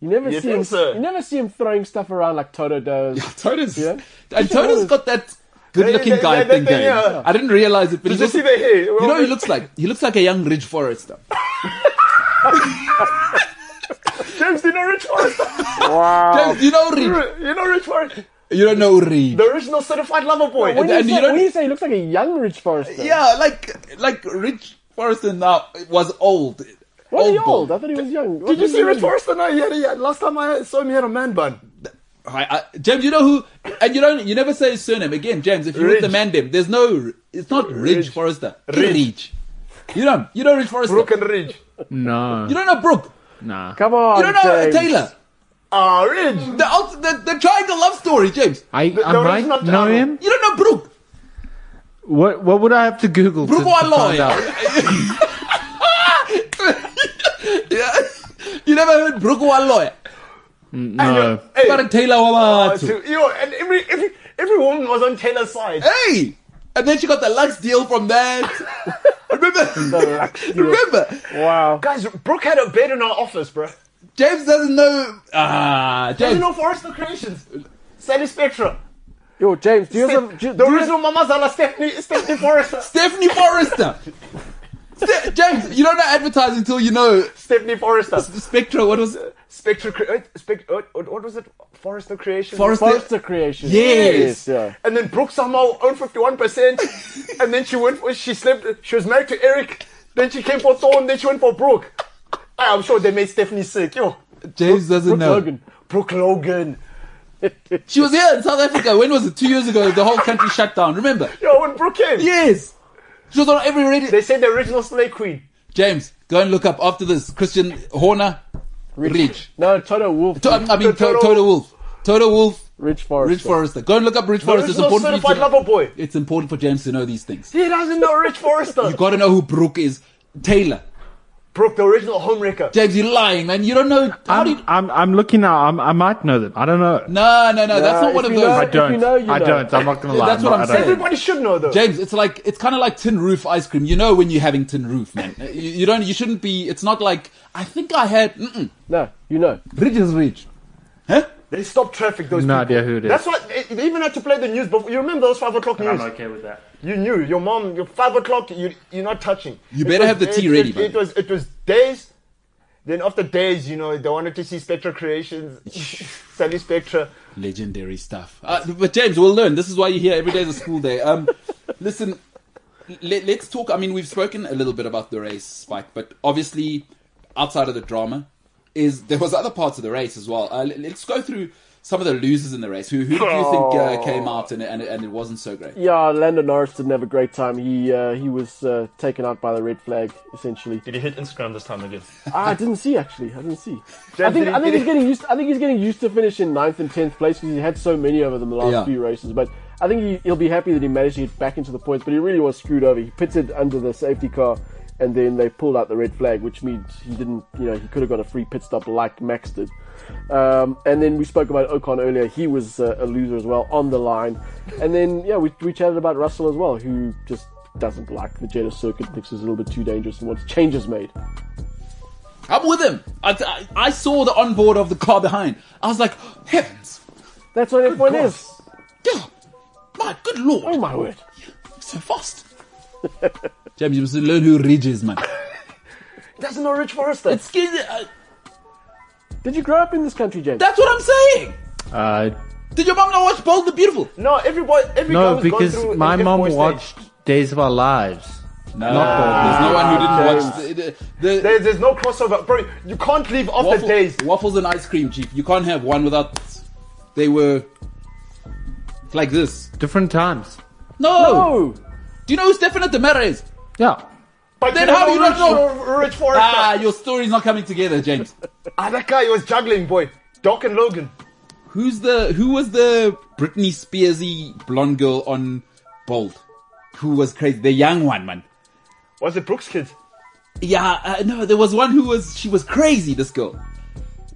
You never You see think him. so? You never see him throwing stuff around like Toto does. Toto's Yeah. and Toto's got that Yeah, good-looking yeah, guy yeah, thing that thing, going. yeah. I didn't realize it, but Did he you looks, see the hair? You know, what he looks like he looks like a young Ridge <laughs> Forrester. <laughs> James, do you know Rich Forrest? Oh. James, you know Ridge. you know Rich Forrest? You don't know Ridge. The original certified lover boy. and When, you, you say, don't- when you say he looks like a young Rich Forrester, Yeah, like like Ridge Forrester now was old. was he boy. old? I thought he was young. Did you see Rich Forrest? No, he had, he had, last time I saw him, he had a man bun. I, I, James, you know who? And you don't. You never say his surname again, James. If you with the Ridge. mandem, there's no. It's not Ridge, Forrester. Ridge. Ridge. You don't. You know Ridge Forrester. Brook and Ridge. No. You don't know Brooke. Nah. Come on, You don't know uh, James. Taylor. Ah, Ridge. The, alt- the the triangle love story, James. I, I no, might it's not know Donald. him. You don't know Brooke. What What would I have to Google to, to Brooke one find out? <laughs> yeah. You never heard Brooke one lawyer. No. Hey, But Taylor uh, Wamatsu. to- you know, and every, every, every woman was on Taylor's side. Hey! And then she got the Lux deal from that. remember? Remember? Wow. Guys, Brooke had a bed in our office, bro. James doesn't know. Ah, You James. know Forrester Creations. Sally Spectra. Yo, James, do you have do, you- the do you- original Mama Zala Stephanie, Stephanie Forrester. <laughs> Stephanie Forrester. Ste- James, you don't know advertising until you know Stephanie Forrester. Spectra. What was it? Spectra, Cre- uh, spec- uh, what what was it? Forrester Creations. Forrester. Forrester creation? Yes. yeah. and then Brooke somehow owned 51%, and then she went for, she slept, she was married to Eric, then she came for Thorn, then she went for Brooke. Ah, I'm sure they made Stephanie sick, yo. James doesn't know. Logan. Brooke Logan. She was here in South Africa. When was it? Two years ago. The whole country shut down. Remember? Yo, when Brooke came, Yes. She was on every radio. they said the original Slay Queen. James, go and look up after this. Christian Horner, Ridge. No, Toto Wolf. To- I mean, to- Total- Total Wolf. Total Wolf, Rich Forrester. Rich Forrester. Go and look up Rich The Forrester. It's original important, for you certified to- lover boy. it's important for James to know these things. He doesn't know Rich Forrester. You gotta know who Brooke is. Taylor. Brooke, the original homewrecker. James, you're lying, man. You don't know. How do you... I'm, I'm I'm looking now. I'm, I might know them. I don't know. No, no, no. That's Nah, not one if of you those. know- I if you don't. know, you I know. don't. I'm not gonna lie. That's what I'm not- I'm I don't. saying. Everybody should know though. James, it's like it's kind of like tin roof ice cream. You know when you're having tin roof, man. You, you don't. You shouldn't be. It's not like I think I had. Mm-mm. No, you know. Ridge is Ridge, huh? They stopped traffic, those No people. idea who it is. That's why they, they even had to play the news before. You remember those 5 o'clock news? with that. You knew your mom. Your five o'clock. You you're not touching. You It better was- have the tea it- ready, It, man. it was it was days. Then after days, you know, they wanted to see Spectra Creations, <laughs> Sally Spectra. Legendary stuff. Uh, but James, we'll learn. This is why you're here. Every day is a school day. Um, <laughs> listen, let, let's talk. I mean, we've spoken a little bit about the race, Spike, but obviously, outside of the drama, is there was other parts of the race as well. Uh, let, us go through some of the losers in the race. Who, who did you think uh, came out and, it- and, it- and it wasn't so great? Yeah, Lando Norris didn't have a great time. He uh, he was uh, taken out by the red flag essentially. Did he hit Instagram this time again? Ah, I didn't see actually. I didn't see. James, I think did he- I did think he's he- getting used. I think he's getting used to finishing ninth and tenth place because he had so many over them the last Yeah. few races. But I think he, he'll be happy that he managed to get back into the points. But he really was screwed over. He pitted under the safety car, and then they pulled out the red flag, which means he didn't. You know, he could have got a free pit stop like Max did. Um, and then we spoke about Ocon earlier. He was uh, a loser as well on the line. And then yeah, we we chatted about Russell as well, who just doesn't like the Jeddah circuit. Thinks it's a little bit too dangerous and wants changes made. I'm with him. I, I, I saw the onboard of the car behind. I was like, heavens, That's what F1 is. yeah, my good lord. Oh my word. so fast. James, you must learn who Ridge is, man. That's not Rich Forrester. It's skin- uh, Did you grow up in this country, James? That's what I'm saying. Uh, Did your mom not watch Bold the Beautiful? no, every boy, every guy no, was going because through my an mom F-boy stage. watched Days of Our Lives. No, James. there's no one who didn't watch the, the, the There, there's no crossover, bro. You can't leave after waffle- days. waffles and ice cream, chief. You can't have one without. They were like this. Different times. No. Oh, Do you know who Stefano Demera is? Yeah. But Then you how do you not Rich, know? Ro- Rich Forrester? Ah, your story's not coming together, James. Ah, that guy was juggling, boy. Doc and Logan. Who's the who was the Britney Spearsy blonde girl on Bold? Who was crazy? The young one, man. Was it Brooks' kids? Yeah, uh, no, there was one who was she was crazy. This girl,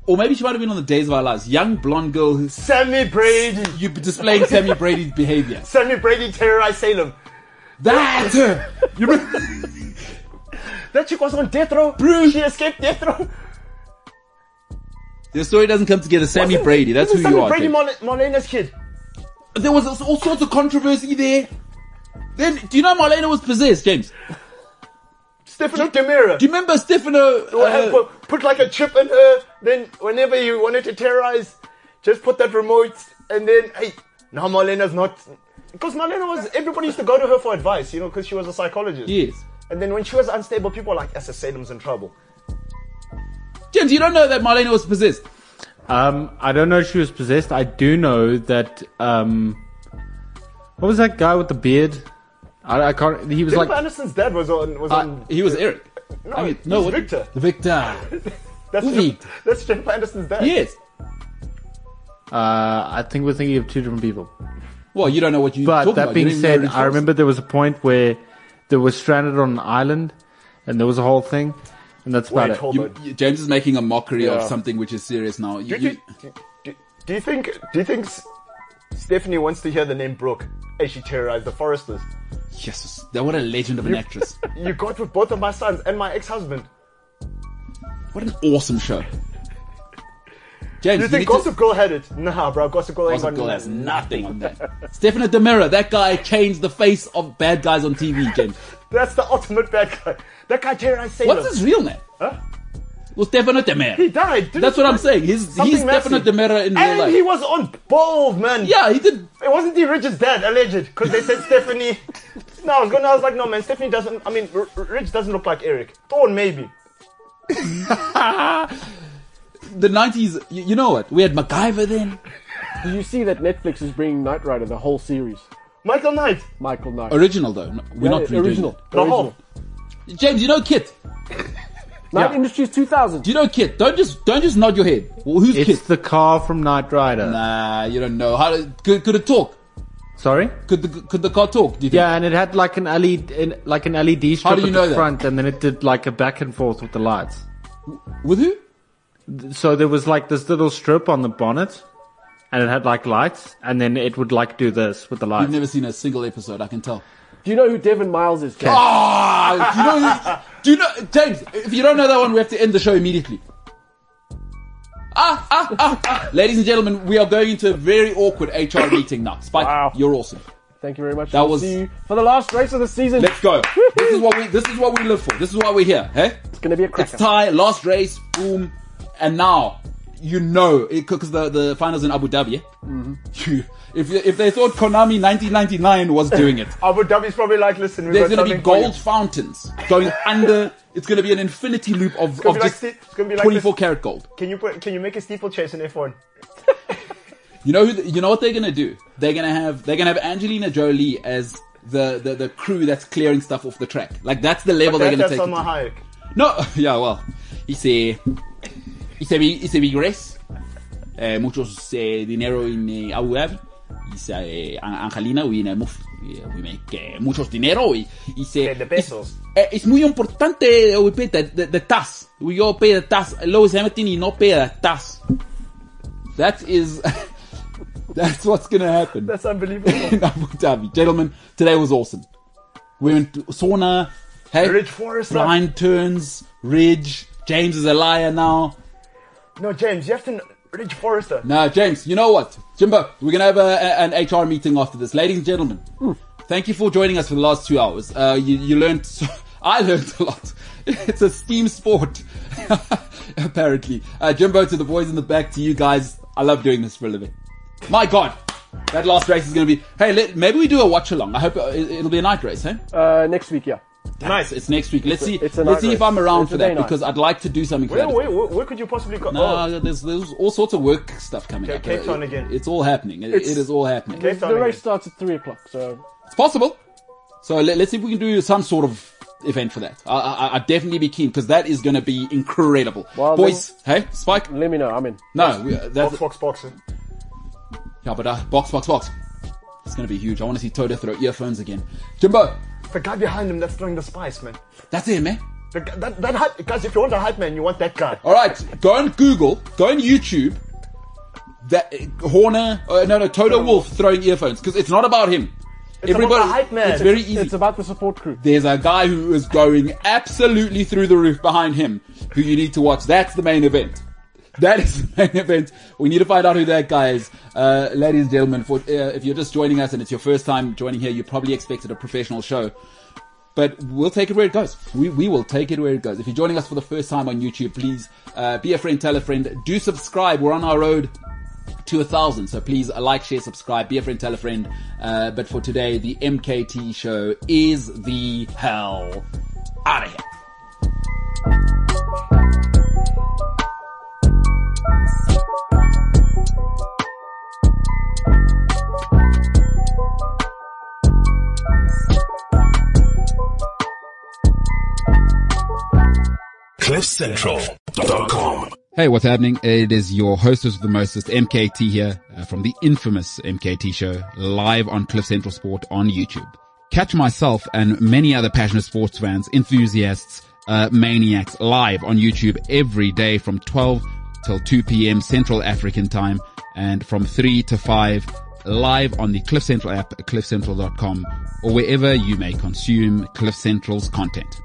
or maybe she might have been on the Days of Our Lives. Young blonde girl who's Sammy Brady. you <laughs> displaying Sammy Brady's behavior. Sammy Brady terrorized Salem. That's her. You re- That chick was on death row. Bro. She escaped death row. The story doesn't come together. Sammy Wasn't- Brady, that's who wasn't you are. Sammy Jake. Brady Marle- Marlena's kid. there was all sorts of controversy there. Then, do you know Marlena was possessed, James? Stefano Demira. Do you remember Stefano? Had Uh, put, put like a chip in her. Then whenever you wanted to terrorize, just put that remote. And then, hey, now Marlena's not. Because Marlena was, everybody used to go to her for advice, you know, because she was a psychologist. yes. And then when she was unstable, people were like, "Essa Salem's in trouble." James, you don't know that Marlena was possessed. Um, I don't know if she was possessed. I do know that. Um, what was that guy with the beard? I, I can't. He was Jennifer like. Anderson's dad was on. Was Uh, on. he was Eric. Um, No, I mean, he's no, what- Victor. Victor. That's Uvi. Jen- that's Jennifer Anderson's dad. yes. Uh, I think we're thinking of two different people. Well, you don't know what you. But talking that about. You being don't even know said, who it I was. remember there was a point where they were stranded on an island, and there was a whole thing, and that's about Wait, it. hold You- on. you- James is making a mockery of Yeah. something which is serious now. You, Do you, you, do, do- do you think? Do you think S- Stephanie wants to hear the name Brooke as she terrorized the Foresters? Jesus, that what a legend of an actress! You got with both of my sons and my ex-husband. What an awesome <laughs> show. James, You you think need to- Gossip Girl had it? Nah, bro. Gossip Girl ain't Gossip got Girl has nothing. nothing on that. <laughs> Stefano Demira, that guy changed the face of bad guys on TV, James. That's the ultimate bad guy. That guy terrorized Salem. What's his real name? Huh? Well, Stefano He Demira. died. didn't That's what I'm he? saying. He's, Something he's Stefano massive. Demira in real And life. he was on Bold, man. yeah, he did. It wasn't the Rich's dad, alleged, because they said Stephanie. <laughs> No, I was gonna. I was like, no, man, Stephanie doesn't. I mean, R- R- Rich doesn't look like Eric. Thorn, maybe. The 90s, you, you know what? We had MacGyver then. Did you see that Netflix is bringing Knight Rider, the whole series? Michael Knight, Michael Knight. Original, though. No, we're Yeah, not redoing original. the original. whole. it. James, you know Kit. Knight Yeah. Industries 2000. Do you know Kit? Don't just don't just nod your head. Well, who's It's Kit? the car from Knight Rider. Nah, you don't know. How do- could, could it talk? Sorry. Could the could the car talk? Do you think? Yeah, and it had like an LED, in- like an LED strip How do you at know the that? front, and then it did like a back and forth with the lights. With who? So there was like this little strip on the bonnet, and it had like lights, and then it would like do this with the I've lights. never seen a single episode. I can tell. Do you know who Devin Miles is? Jack? Ah, do you know? Do you know, James? If you don't know that one, we have to end the show immediately. Ah, ah, ah, ah. Ladies and gentlemen, we are going into a very awkward HR meeting now. Spike, Wow. you're awesome. Thank you very much. That We'll was- see you for the last race of the season. Let's go. this is what we. This is what we live for. This is why we're here. Hey, It's going to be a it's cracker. tie, last race, boom, and now you know because the the finals in Abu Dhabi. eh? Mm-hmm. You- if you- if they thought Konami 1999 was doing <laughs> it, Abu Dhabi's probably like, listen, we've there's got going to be something for you. gold fountains going under. It's going to be an infinity loop of, of be like just Steve- it's gonna be like 24 this- karat gold. Can you put? Can you make a steeplechase in F1? You know, who th- you know what they're gonna do. They're gonna have they're gonna have Angelina Jolie as the the, the crew that's clearing stuff off the track. Like that's the level they're That's gonna take. that's Salma it Hayek. to. No, <laughs> yeah, well, it's a it's a big, it's a big race. Eh, muchos eh, dinero in eh, Abu Dhabi. It's eh, An- Angelina we eh, move, eh, we make eh, muchos dinero. Y, it's, eh, The- the pesos. it's- eh, it's muy importante eh, we pay the, the, the tax. We all pay the tax. Lewis Hamilton he not pay the tax. That is. <laughs> That's what's gonna happen That's unbelievable. in <laughs> Abu Dhabi. Gentlemen, today was awesome. We went to sauna, hey, Ridge Forest, blind turns, ridge. James is a liar now. no, James, you have to. kn- Rich Forrester. No, James, you know what? Jimbo, we're gonna have a, a- an HR meeting after this. Ladies and gentlemen, Hmm. thank you for joining us for the last two hours. Uh, you, you learned, so, <laughs> I learned a lot. <laughs> It's a steam sport, <laughs> apparently. Uh, Jimbo, to the boys in the back, to you guys, I love doing this for a living. My God, that last race is gonna be. Hey, let, maybe we do a watch along. I hope uh, it, it'll be a night race, huh? Uh, next week, yeah. Nice. It's next week. Let's see. it's a let's night see if race. I'm around It's for a that day night. because I'd like to do something for Where, that. where, where, where could you possibly go? No, oh, there's there's all sorts of work stuff coming up. Cape Town again. It's all happening. It, it It's- is all happening. Cape The Town again. race starts at 3 o'clock, so It's possible. So let, us see if we can do some sort of event for that. I, I, I'd definitely be keen because that is going to be incredible. Well, Boys, hey, Spike. let me know. I'm in. No, we, uh, that's Box, box, boxing. yeah, but uh, box, box, box. It's going to be huge. I want to see Toto throw earphones again. Jimbo, The guy behind him that's throwing the spice, man. that's it, man. The, gu- that, that hype, guys, if you want a hype man, you want that guy. All right, go on Google, go on YouTube. That uh, Horner, uh, no, no, Toto Wolf throwing earphones because it's not about him. It's about the hype man. It's very easy. It's about the support crew. There's a guy who is going absolutely through the roof behind him who you need to watch. That's the main event. That is the main event. We need to find out who that guy is. Uh, ladies and gentlemen, for, uh, if you're just joining us and it's your first time joining here, you probably expected a professional show. But we'll take it where it goes. We, we will take it where it goes. If you're joining us for the first time on YouTube, please uh, be a friend, tell a friend, do subscribe. We're on our road to a thousand. So please uh, like, share, subscribe, be a friend, tell a friend. Uh, but for today, the MKT show is the hell out of here. CliffCentral.com. Hey, what's happening? It is your hostess with the mostest, MKT here uh, from the infamous MKT show live on Cliff Central Sport on YouTube. Catch myself and many other passionate sports fans, enthusiasts, uh, maniacs live on YouTube every day from 12 till 2 p.m. Central African time and from 3 to 5 live on the Cliff Central app, cliffcentral.com or wherever you may consume Cliff Central's content.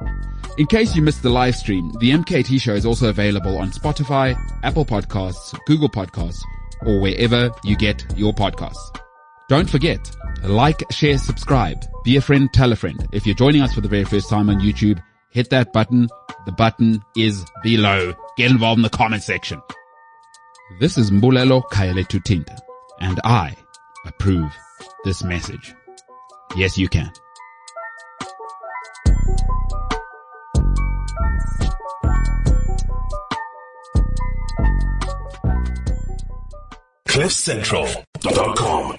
In case you missed the live stream, the MKT show is also available on Spotify, Apple Podcasts, Google Podcasts, or wherever you get your podcasts. Don't forget, like, share, subscribe, be a friend, tell a friend. If you're joining us for the very first time on YouTube, hit that button. The button is below. Get involved in the comment section. This is Mbulelo Kaeletu Tinta, and I approve this message. Yes, you can. CliffCentral.com.